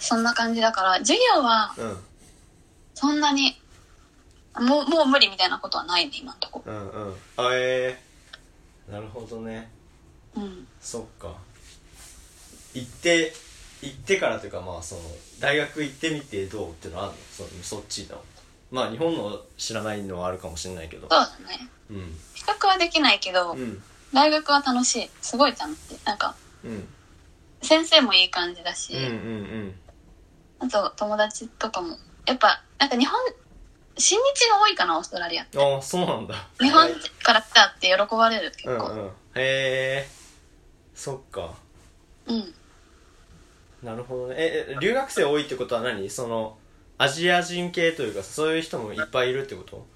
そんな感じだから、授業はうんそんなに、もう、もう無理みたいなことはないね、今んとこ。うんうんうんあえー、なるほどねうん。そっか行って行ってからというかまあその大学行ってみてどうっていうのはあるのそのそっちのまあ日本の知らないのはあるかもしれないけどそうだね。うん比較はできないけど、うん大学は楽しい。すごい楽しい。なんか、うん先生もいい感じだし、うんうんあと友達とかも。やっぱ、なんか日本、親日が多いかな、オーストラリア。うんああそうなんだ日本から来たって喜ばれる、結うん構。うんへえそっかうん。なるほどねええ留学生多いってことは何そのアジア人系というかそういう人もいっぱいいるってこと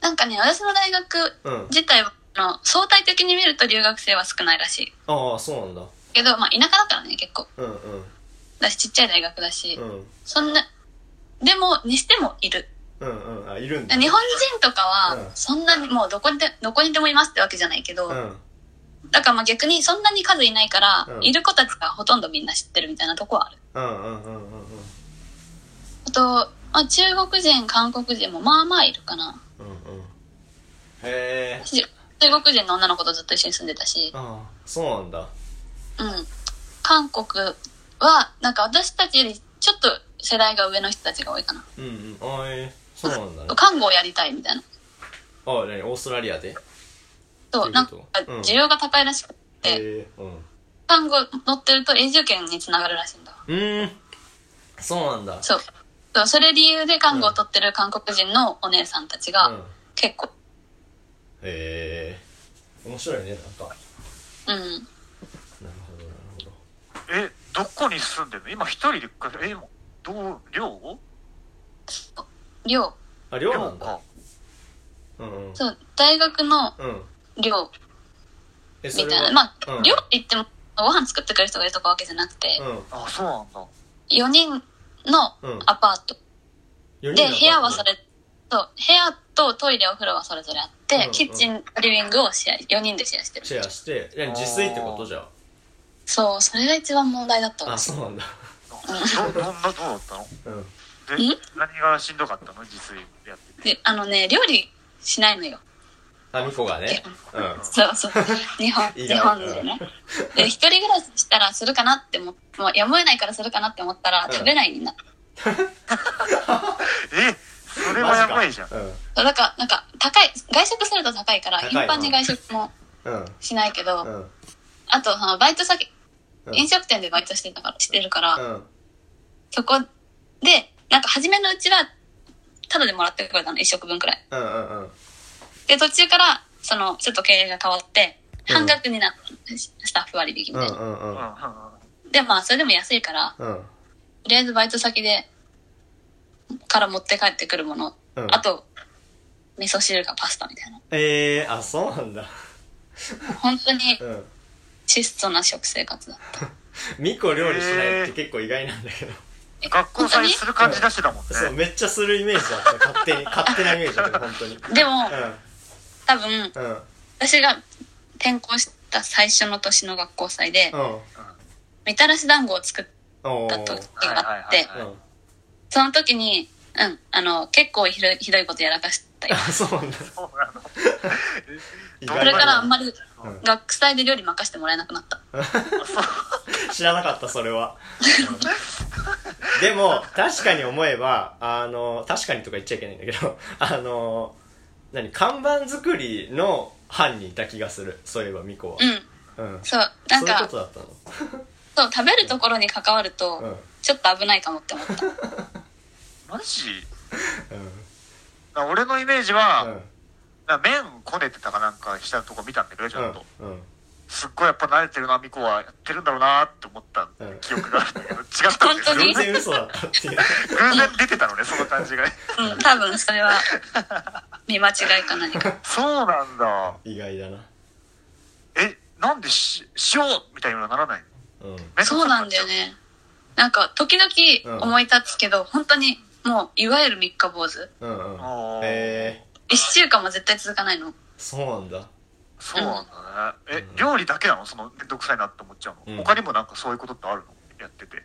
なんかね、私の大学うん自体は、あの相対的に見ると留学生は少ないらしい。ああそうなんだけど、まあ田舎だからね、結構。うんうんだし、ちっちゃい大学だし、うんそんな、でも、にしてもいる。うんうんあいるんだ日本人とかうんは、そんなにもうどこにで、どこにでもいますってわけじゃないけど、うんだからまあ逆にそんなに数いないから、うんいる子たちがほとんどみんな知ってるみたいなとこはある。うんうんうんうんうんあと、まあ中国人、韓国人もまあまあいるかな。うんうんへえ私中国人の女の子とずっと一緒に住んでたし、ああそうなんだうん。韓国は、なんか私たちよりちょっと世代が上の人たちが多いかな。うんうんあえーそうなんだね看護をやりたいみたいな。あ何オーストラリアでそう、なんかどういうことうん需要が高いらしくて、へえうん看護乗ってると永住権につながるらしいんだ。うーんそうなんだそう。そうそれ理由で看護を取ってる韓国人のお姉さんたちが、うん結構、へえ面白いねなんかうん。なるほどなるほどえ、どこに住んでるの今一人で、え、今どう、寮寮。あ寮な寮んだか。うんうんそう、大学のうん寮えそみれたいはな。まうあ、ん寮って言っても、ご飯作ってくれる人がいるとかわけじゃなくて、うんあ、そう (laughs) なんだ。 4人のうんアパート。四で、人だったんだ部屋はそれ、そう、部屋とトイレ、お風呂はそれぞれあって、うんうんキッチン、リビングをシェア、4人でシェアしてる。シェアしていや自炊ってことじゃそう、それが一番問題だったあわあ。そうなんだど、どんな、どうだったのうんでん、何がしんどかったの自炊やってて。で、あのね、料理しないのよ。あみこがねうんそ (laughs) うそう。日本、意日外本でね。で、一人暮らししたらするかなって思っもうやむを得ないからするかなって思ったら、うん食べないになった。え、それはやばいじゃん。うんそうだから、なんか、高い、外食すると高いから、高い頻繁に外食もうんしないけど、うんあと、その、バイト先、うん飲食店でバイトしてたから、してるから、うんそこで、なんか初めのうちは、ただでもらってくれたの、一食分くらい。うんうんうんで、途中から、その、ちょっと経営が変わって、うん半額になった、スタッフ割引みうんたういな。んううん、うんん、うん。で、まあ、それでも安いから、うんとりあえずバイト先で、から持って帰ってくるもの、うんあと、味噌汁かパスタみたいな。ええあそうなんだ本当にうん質素な食生活だ。みこ料理しないって結構意外なんだけどえ学校祭する感じ出してたもんね。そうめっちゃするイメージだった勝 (laughs) 手に勝手なイメージだった本当に本当にでも、う多分、んうん私が転校した最初の年の学校祭で、うんみたらし団子を作っおたー時があって、はいはいはいはいうんその時に、うん、あの、結構ひどいひどいことやらかしたよあ。そうなんだそうなの。意それ外かだらあなんまりうん学祭で料理任せてもらえなくなった。知らなかったそれはうんでも確かに思えばあの確かにとか言っちゃいけないんだけどあの何看板作りの班にいた気がするそういえばミコはうん、うんそう。なんそういうか、ことだったのそう、食べるところに関わると、うんちょっと危ないかもって (laughs) 思った。マジうんな俺のイメージうは、んな麺こねてたかなんかしたとこ見たんだけど、ちょっと。うんうんすっごいやっぱ慣れてるな、ミコはやってるんだろうなって思ったうん記憶があるんだけど、違ったんですよ。本当全に然嘘だったっていう偶然出てたのね、その感 (laughs) じが。うん、多分それは、見間違いか (laughs) 何か。そうなんだ。意外だなえ、なんでし、塩みたいにはならないのうんめんどくそうさかなっんただよ。ね。なんか、時々思い立つけど、本当に、もう、いわゆる三日坊主。うんうんあーえー、一週間も絶対続かないの。そうなんだそうなんだね。えうん、料理だけなのそのめんどくさいなって思っちゃうの、うん他にもなんかそういうことってあるのやってて。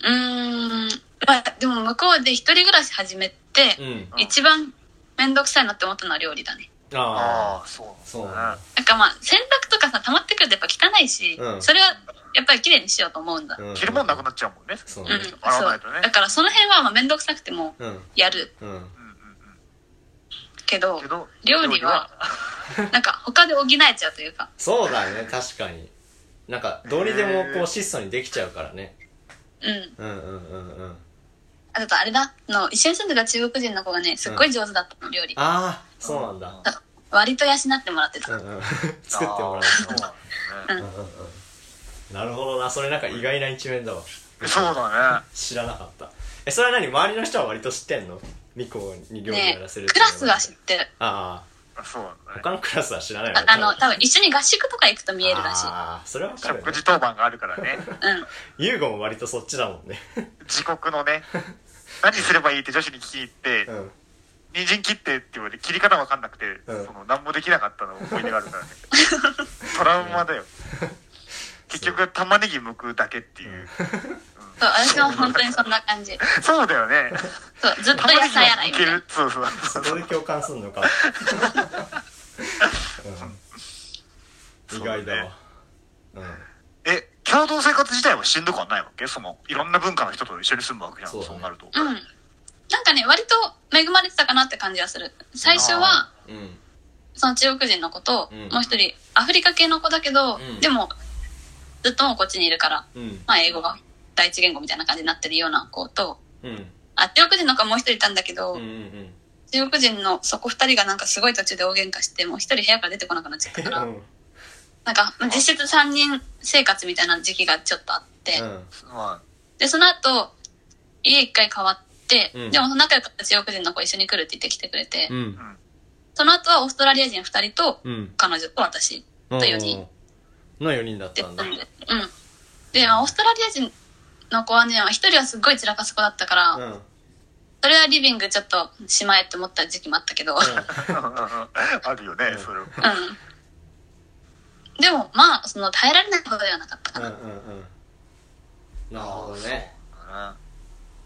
うーん。まあ、でも向こうで一人暮らし始めて、うんうん一番めんどくさいなって思ったのは料理だね。あああ、そうそうななんんだだね。なんかまあ、洗濯とかさ、溜まってくるとやっぱ汚いし、うんそれはやっぱり綺麗にしようと思うんだ。あ、ううん着るもんなくなっちゃうもんね。そううんね、洗わそないとねう。だからその辺はまあめんどくさくてもうんやるうんうんうんけうどん。け、ど、料理は、 (laughs) なんか他で補えちゃうというか、そうだね確かになんかどうにでもへこーう質素にできちゃうからねうん。うんうんうんうんあとあれだ、あの、一緒に住んでた中国人の子がね、すっごい上手だったの、料理。ああそうなんだ割と養ってもらってうた。んうん (laughs) 作ってもらあうーそうなんだね。うんうんうんなるほどなそれなんか意外な一面だわそうだね。知らなかったえそれは何周りの人は割と知ってんのミコに料理やねらせるってクいうのラスは知ってる。ああそうなんだあね他のクラスは知らないよあねあの、多分一緒に合宿とか行くと見えるらしい。ああそれはわかる、ね食、事当番があるからねうん。ユーゴも割とそっちだもんね自国のね何すればいいって女子に聞いて、うん人参切ってって言われて切り方わかんなくて、うんその何もできなかったの思い出があるからねトラウマだよ結局玉ねぎ剥くだけっていう、そう、私は本当にそんな感じ。そうだよねそう、ずっと玉ね野ぎ菜洗い剥みたけいなる。そうそうそそうこで共感すんのか、うん、意外だわうんえ共同生活自体はしんどくはないわけそのいろんな文化の人と一緒に住むわけじゃんそそうう,、だねなると、うん。なんかね、割と恵まれてたかなって感じがする。最初は、うんその中国人の子と、うんもう一人、アフリカ系の子だけど、うんでも、ずっともうこっちにいるから、うんまあ英語が第一言語みたいな感じになってるような子と、うんあ、中国人の子はもう一人いたんだけど、うんうん中国人のそこ二人がなんかすごい途中で大喧嘩して、もう一人部屋から出てこなくなっちゃった (laughs) から、うんなんかまあ実質三人生活みたいな時期がちょっとあって、まで、その後、家一回変わって、うんでもその仲良かった中国人の子一緒に来るって言ってきてくれて、うんあその後はオーストラリア人二人と、うん彼女と私うんと4人の4人だっでたんだ住んで、うん。で、まあオーストラリア人の子はね、まあ一人はすっごい散らかす子だったから、うんうんそれはリビングちょっとしまえって思った時期もあったけど、うんあ (laughs) るよね、それうん。でも、まあ、その耐えられないほどではなかったかうんな。うんうんなるほどねあ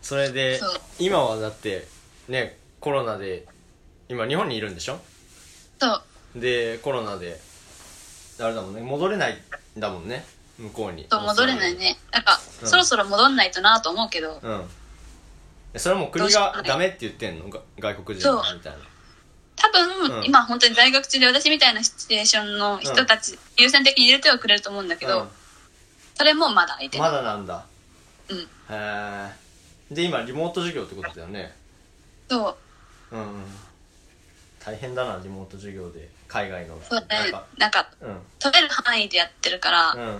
それでそう今はだってねコロナで今日本にいるんでしょそう。でコロナであれだもんね戻れないんだもんね向こうにそう戻れないね。なんか、うんそろそろ戻んないとなと思うけど、うんえそれはもう国どうしようもがないダメって言ってんのが外国人はそうみたいな多分、うん今本当に大学中で私みたいなシチュエーションの人たち、優先的に入れてはくれると思うんだけど、うそれもまだ相手ん、まだなんだうんへえで今リモート授業ってことだよねそう。うんうん大変だなリモート授業で海外のそうだなんねか。なんか、うんうん取れる範囲でやってるから、や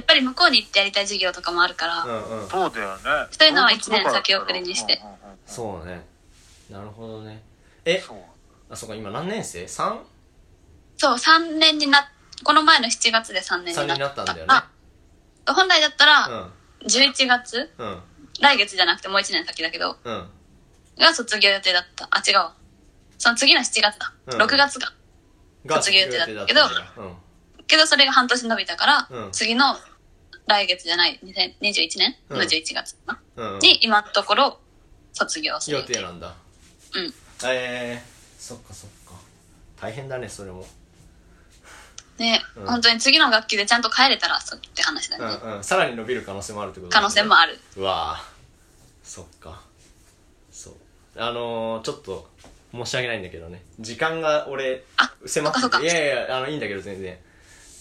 っぱり向こうに行ってやりたい授業とかもあるから、うんうんーそうだよねそういうのは一年先送りにしてうんうんうんそうねなるほどねえそうあそうか今何年生 ?3? そう、3年にな、この前の7月で3年3年になにっなったたんだよねあ、本来だったら、う11月、んうん来月じゃなくてもう1年先だけど、うんが卒業予定だった。あ、違うわ。その次の7月だ。うん6月か。卒業予定だったけど卒業予定だったんだけどそれが半年伸びたから、うん次の来月じゃない、2021年の11月かな、うんうんうんに今のところ卒業する予予定。定なんだうん。ええそっかそっか大変だねそれもね、うん本当に次の学期でちゃんと帰れたらそうって話だうね。んうんさらに伸びる可能性もあるってことだ可ね能性もある。うわあそっかそうあのー、ちょっと申し訳ないんだけどね時間が俺あ迫そっっかていそっかやいやいやあのいいんだけど全然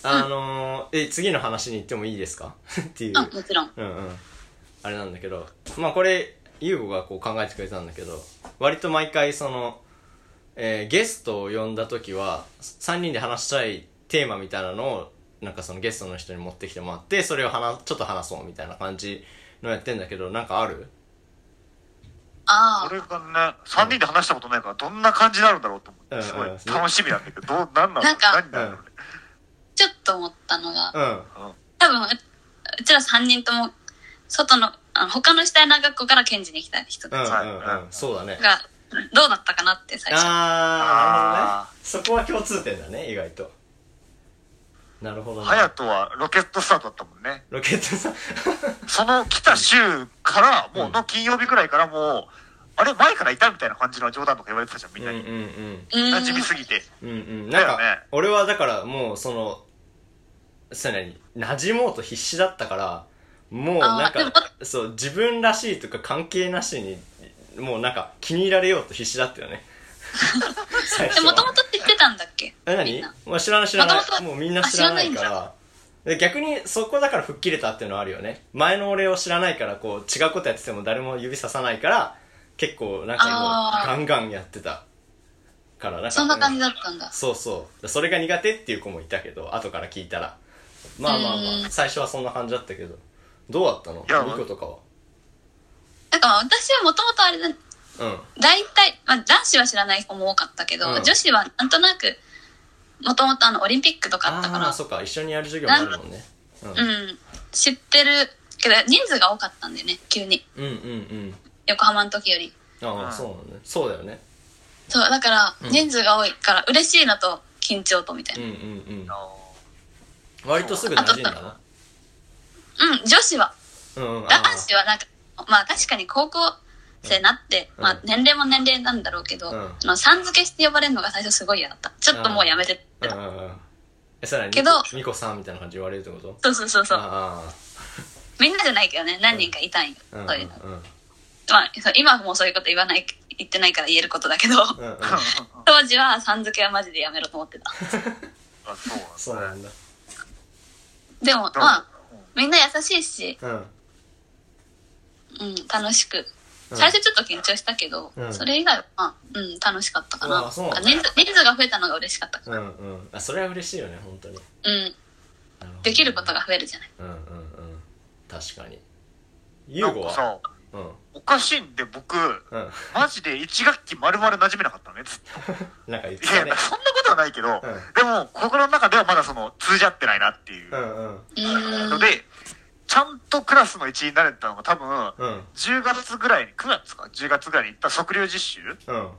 あのー、え次の話に行ってもいいですか (laughs) っていううん、もちろん。うんうんあれなんだけどまあこれ優吾がこう考えてくれたんだけど割と毎回その、えーゲストを呼んだ時は3人で話したいテーマみたいなのをなんかそのゲストの人に持ってきてもらってそれを話ちょっと話そうみたいな感じのやってんだけどなんかあるあ俺がね3人で話したことないからどんな感じになるんだろうと思って、うんうんすごい楽しみなんだけどどうなんなのなんか何になるのね、あ、ちょっと思ったのが、うん多分、ううちら3人とも、外の、あの他の主体の学校から検事に来た人うんうたちんうんそうだねが、どうだったかなって最初。あーなるほどねそこは共通点だね意外となるほどね隼人はロケットスタートだったもんねロケットさんその来た週からもうの金曜日くらいからもうあれ前からいたみたいな感じの冗談とか言われてたじゃんみうんんうなんうんに、うーん。馴染みすぎてうんうんなんか、だよね俺はだからもうそのそれなに馴染もうと必死だったからもうなんあーでもかそう自分らしいとか関係なしにもうなんか気に入られようと必死だった (laughs) よね最え、初もともはとって言ってたんだっけえ何みんなまあ、知らない知らない元々もうみんな知らないかあ知らないらで逆にそこだから吹っ切れたっていうのはあるよね前の俺を知らないからこう違うことやってても誰も指ささないから結構なんあかーもうガンガンやってたからなんかそんな感じだったんだ。そうそうそれが苦手っていう子もいたけど後から聞いたらまあまあまうあん最初はそんな感じだったけどどうだったのいやミコとかはなんか私はもともとあれだ、うん大体、まあ、男子は知らない子も多かったけど、うん女子はなんとなく、もともとあの、オリンピックとかあったかああら、ーそっか一緒にやる授業もあるもんねうんうん、知ってるけど、人数が多かったんだよね、急に。うんうんうん横浜の時より。あうあんそうなんだねそうだよねそう、だからう、ん人数が多いから、嬉しいのと、緊張とみたいうんな。うんうんあの割とすぐ馴染んだなうん、女子は。うんうんあ男子はなんか、まあ確かに高校生になって、うんまあ年齢も年齢なんだろうけど、うんあの、さん付けして呼ばれるのが最初すごい嫌だった。ちょっともうやめてってー言っうてんうんうんえさらにけどミコさんみたいな感じで言われるってことた。そうそうそうそう。あみんなじゃないけどね、何人かいたんよ。あうんうんそういうの。うんまあ、そう今はもうそういうこと言わない、言ってないから言えることだけど、うんうん当時はさん付けはマジでやめろと思ってた。あそうなんですそうねなんだでも、どうまあ、みんな優しいし、うんうん、楽しく。うん最初ちょっと緊張したけど、うんそれ以外は、まあ、うん、楽しかったかうな。わそうなんだ人数人数が増えたのが嬉しかったかうんうんあそれは嬉しいよね本当にら。うん。なるほどできることが増えるじゃない。うんうんうん確かにユなーんゴかはさうんおかしいんで僕うんマジで1学期丸々馴染めなかったのねずっとなんか言っていやたねそんなことはないけど、んでも心の中ではまだその通じ合ってないなっていううんうんうーん。ので、ちゃんとクラスの一員になれたのが多分、うん10月ぐらいに9月か10月ぐらいに行った測量実習うん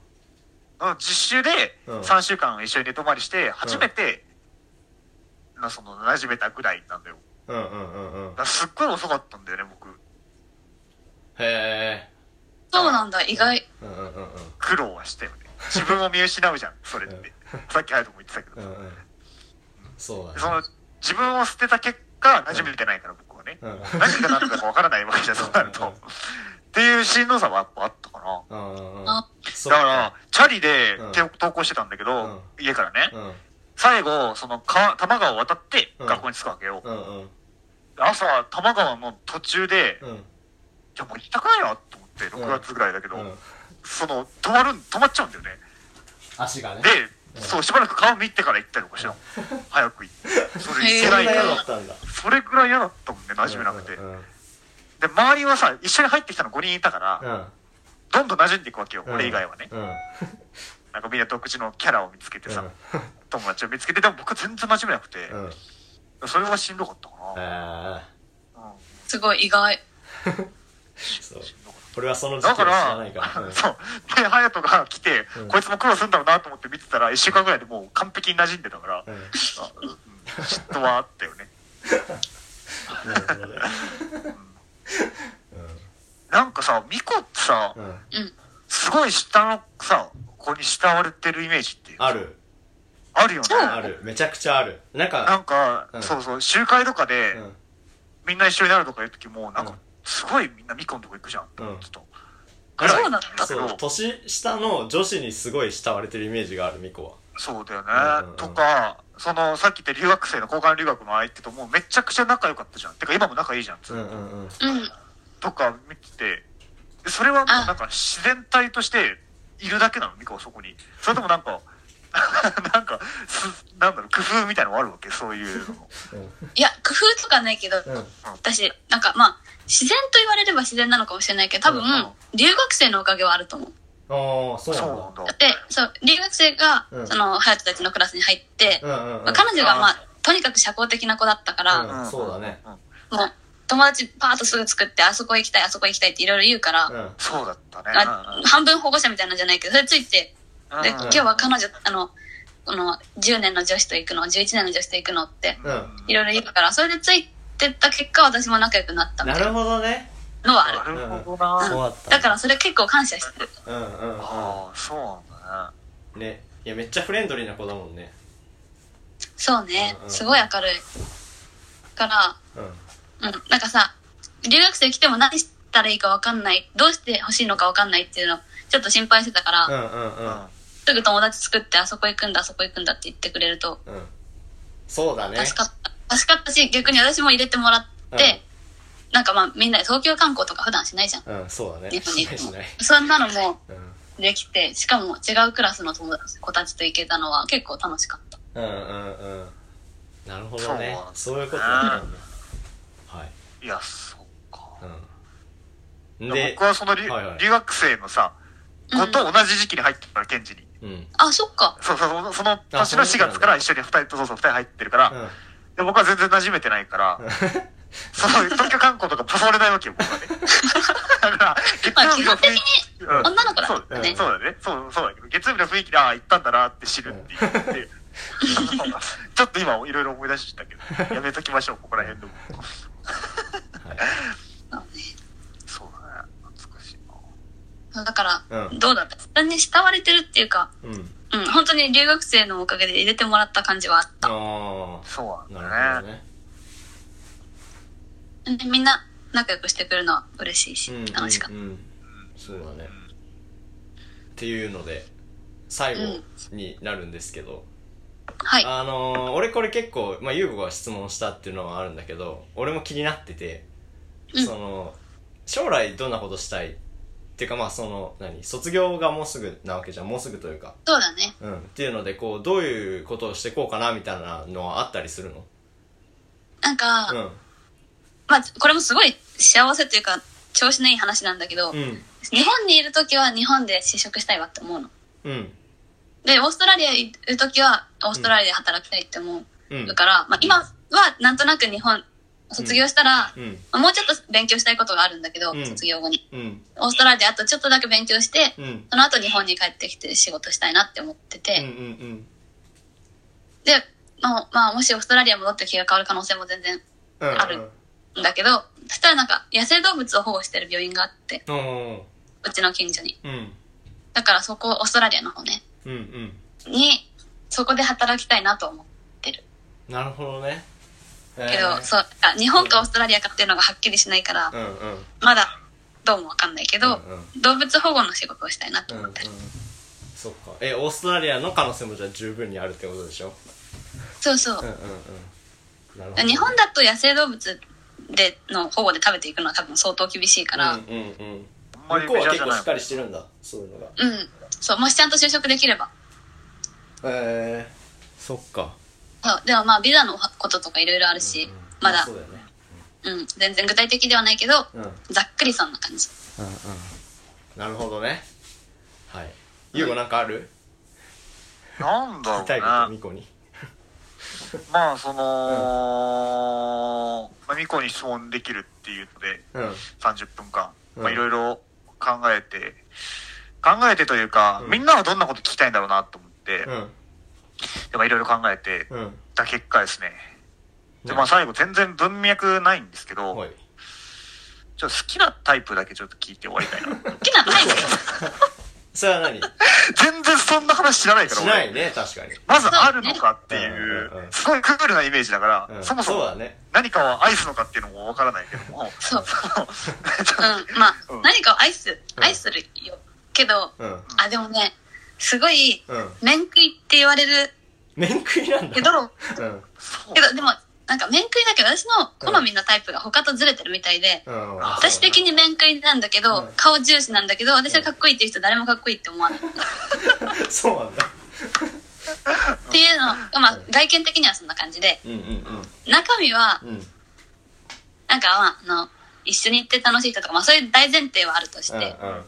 の実習でうん3週間一緒に寝泊まりして初めて、なその馴染めたぐらいなんだようんうんうんうんだからすっごい遅かったんだよね僕へえそうなんだ、意外。うんうんうんうん苦労はしたよね自分を見 (laughs) 失うじゃんそれって、さっき隼人も言ってたけど、うんうんそうそだねの自分を捨てた結果馴染めてないから僕はね、うん何が何だか分からないわけじゃんそうなるとうんっていうしんどさはやっぱあったかなうんうんうんあそだっからチャリでうん手を投稿してたんだけど、うん家からね、うん最後その川多摩川を渡ってうん学校に着くわけよ、うんうん朝多摩川の途中で、うんいやもう行きたくないなと思ってん6月ぐらいだけど、うんその止まるん止まっちゃうんだよね足がねで、うんそうしばらく川見てから行ったりとかしてたもん早く (laughs) 行ってそれ行そけんなない嫌かだらったんだそれぐらい嫌だったもんね馴染めなくて、うんうんで周りはさ一緒に入ってきたの5人いたから、うんどんどん馴染んでいくわけよ、うん俺以外はねうんうんなんかみんな独自のキャラを見つけてさ、友達を見つけてでも僕全然馴染めなくて、うんそれはしんどかったかな、ああうんすごい意外。そう俺はその時期を知だかららないからうん (laughs) そうで隼人が来て、うんこいつも苦労するんだろうなと思って見てたら1週間ぐらいでもう完璧に馴染んでたから、うんあうん嫉妬はあったよ (laughs) ねなるほどねなんかさミコってさ、うんうんすごい下のさ子に慕われてるイメージってあるあるよねあるめちゃくちゃあるなんなかんか、うんそうそう集会とかで、うんみんな一緒になるとかいう時もなんうかんすごいみんなミコのとこ行くじゃん、うんちょっとあそうなんだだけそどう年下の女子にすごい慕われてるイメージがあるミコはそうだよね、うんうんとかそのさっき言った留学生の交換留学の相手ともうめちゃくちゃ仲良かったじゃんてか今も仲いいじゃん、うんうんうんうん。とか見ててそれはもうあなんか自然体としているだけなのミコはそこにそれともなんか (laughs) なんかすなんだろう工夫みたいなのあるわけそういうのもいや、工夫とかないけど、うん私、なんかまあ、自然と言われれば自然なのかもしれないけど、多う分、ん留学生のおかげはあると思う。ああそうそうなんなだんだだって、そう、留学生が、うんその、ハヤトたちのクラスに入って、うんうんまあ彼女がまああ、とにかく社交的な子だったから、うんそうだねんもう、友達パーッとすぐ作って、あそこ行きたい、あそこ行きたいっていろいろ言うから、うんそうだったね、まあ半分保護者みたいなんじゃないけど、それついて、うんうんで、今日は彼女、あの、この、10年の女子と行くの、11年の女子と行くのって、うんいろいろ言うから、それでついてった結果、私も仲良くなったみなたいるほどねなのはあるな。るほどな、そうだっただからそれ結構感謝してる。らうんうんうああそうなんだねんねいやめっちゃフレンドリーな子だもんねそうねうんう。んすごい明るい。かうんら、うん。なんかさ、留学生来ても何したらいいか分かんない、どうして欲しいのか分かんないっていうの、ちょっと心配してたから、うんうんううんんすぐ友達作って、あそこ行くんだ、あそこ行くんだって言ってくれると、うんそうだね助かった。助かったし、逆に私も入れてもらって、なんかまあみんなで東京観光とか普段しないじゃん。うんそうだね日本にし行なくいしないのそんなのもうんできて、しかも違うクラスの友達子たちと行けたのは結構楽しかった。うんうんうんなるほどねそうそういうことだねはいいやそっかうんで僕はその留,、はいはい留学生のさ子と同じ時期に入ってるから、検事に。うん。 (laughs) あ、そっか。そうそうそう、そのあ年の4そうなんだ月から一緒に二人と、そうそう、二人入ってるから、うん。で僕は全然馴染めてないから、その東京観光とか誘われないわけよ、(laughs) 僕はね。だから、まあ、基本的にに女の子だそうからね。そうだね。そう、そうだけど、月曜日の雰囲気で、ああ、行ったんだなって知るって言 (laughs) って、ちょっと今いろいろ思い出してきたけど、やめときましょう、ここら辺でも。そうだね。懐かしいな。だから、うんどうだった下に慕われてるっていうか、うん。うん、本当に留学生のおかげで入れてもらった感じはあっあそうあ。ななんだるほね。どね。た。でみんな仲良くしてくれるのは嬉しいし、うん。楽しかっうんうん。そうだね。っていうので、最後になるんですけど、た。はい。あのー、俺これ結構、まあ、ゆうごが質問したっていうのはあるんだけど、俺も気になってて、うんその、将来どんなことしたいっていうか、まあ、その、何卒業がもうすぐなわけじゃん、もうすぐというか。そうだね。うん。っていうので、こう、どういうことをしてこうかな、みたいなのはあったりするのなんか、うん。まあ、これもすごい幸せというか、調子のいい話なんだけど、うん。日本にいるときは日本で就職したいわって思うの。うん。で、オーストラリアにいるときは、オーストラリアで働きたいって思う。うんから、まあ、今はなんとなく日本、卒業したら、うん。まあもうちょっと勉強したいことがあるんだけど、うん卒業後に。うん。オーストラリアであとちょっとだけ勉強して、うん。その後日本に帰ってきて仕事したいなって思ってて、うん。うん。で、まあ、まあ、もしオーストラリア戻って気が変わる可能性も全然うん。あるんだけど、そしたらなんか野生動物を保護してる病院があって、うん。うん。うちの近所に。うん。だからそこ、オーストラリアの方ね、うん。うん。に、そこで働きたいなと思ってる。なるほどね。けえど、ーそう、あ日本かオーストラリアかっていうのがはっきりしないから、うんうん。まだどうもわかんないけど、うんう動物保護の仕事をしたいなとうん思うっんてる。そっかえオーストラリアの可能性もじゃあ十分にあるってことでしょそうそう。うんうんうんなるほど日本だと野生動物での保護で食べていくのは多分相当厳しいから、ううん、んうんうんあ向んまりこうメはジ結ャーじゃ構なしいっ。かりしてるんだそういうのがそうもしちゃんと就職できればへえそっかそうでもまあビザのこととかいろいろあるし、まだそうだよねうん、全然具体的ではないけど、うんうんうんざっくりそんな感じなるほどねはいゆうごなんかあるなんだろ聞うきたいこなと。みこにまあ、その、まあ、ミコに質問できるっていうので、うん30分間、うんまあ、いろいろ考えて、考えてというか、うんみんなはどんなこと聞きたいんだろうなと思って、うんでまあいろいろ考えてうんた結果ですね。で、うんまあ、最後全然文脈ないんですけど、はいちょっと好きなタイプだけちょっと聞いて終わりたいな。 (laughs) 好きなタイプそれは何全然そんな話知らないから、し俺ないね確かにまずあるのかっていううんうんう、んすごいクールなイメージだから、うんそもそそうもだね何かを愛すのかっていうのもわからないけども、 (laughs) そうううんまあ、うん何かを愛すうん愛するよけど、うんあでもねすごいうん面食いって言われる面食いなんだけど、うんそうけどでもなんか面食いだけど私の好みのタイプが他とずれてるみたいで、うん私的に面食いなんだけど、うん顔重視なんだけど私がかっこいいっていう人誰もかっこいいって思わない、っそうなんだていうのが、まあ、外見的にはそんな感じでうんうん中身はうんうんなんか、まあ、あの一緒に行って楽しい人とか、まあ、そういう大前提はあるとして、うんうん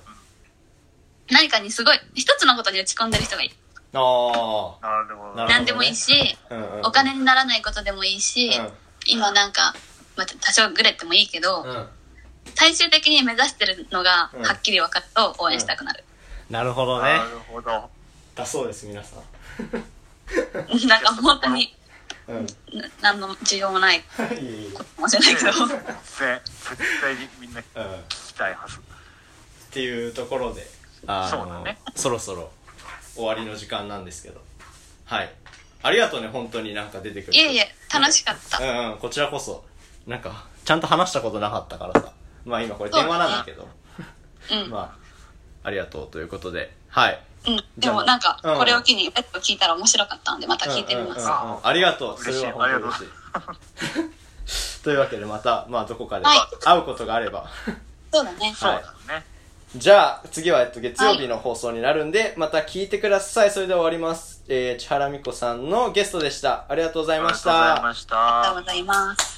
何かにすごい一つのことに打ち込んでる人がいるあなるほどなるほどね何でもいいし、あ、うんうん、お金にならないことでもいいし、うん今なんか、まあ、多少グレてもいいけど、うん最終的に目指してるのがうんはっきり分かると応援したくなる、なるほどねなるほど。だそうです皆さん (laughs) なんか本当にうん (laughs) な何の需要もないかいいいい、うん、っもしれないけど全然、絶対にみんな聞きたいはず。ていうところであのそうだねそろそろ終わりの時間なんですけどはいありがとうね本当になんか出てくるいえいえ楽しかったうんうんこちらこそなんかちゃんと話したことなかったからさまあ今これ電話なんだけどうん、まあありがとうということではいうん、でもなんかうんこれを機にペット聞いたら面白かったのでまた聞いてみます、うんうんうんうんありがとう。それ嬉しいは本当に嬉しありい。 (laughs) というわけでまた、まあどこかではい会うことがあれば。そうだね、はいそうだね。じゃあ次は、えっと、月曜日の放送になるんで、また聞いてください。それでは終わります。えー、千原美子さんのゲストでした。ありがとうございました。ありがとうございましたありがとうございます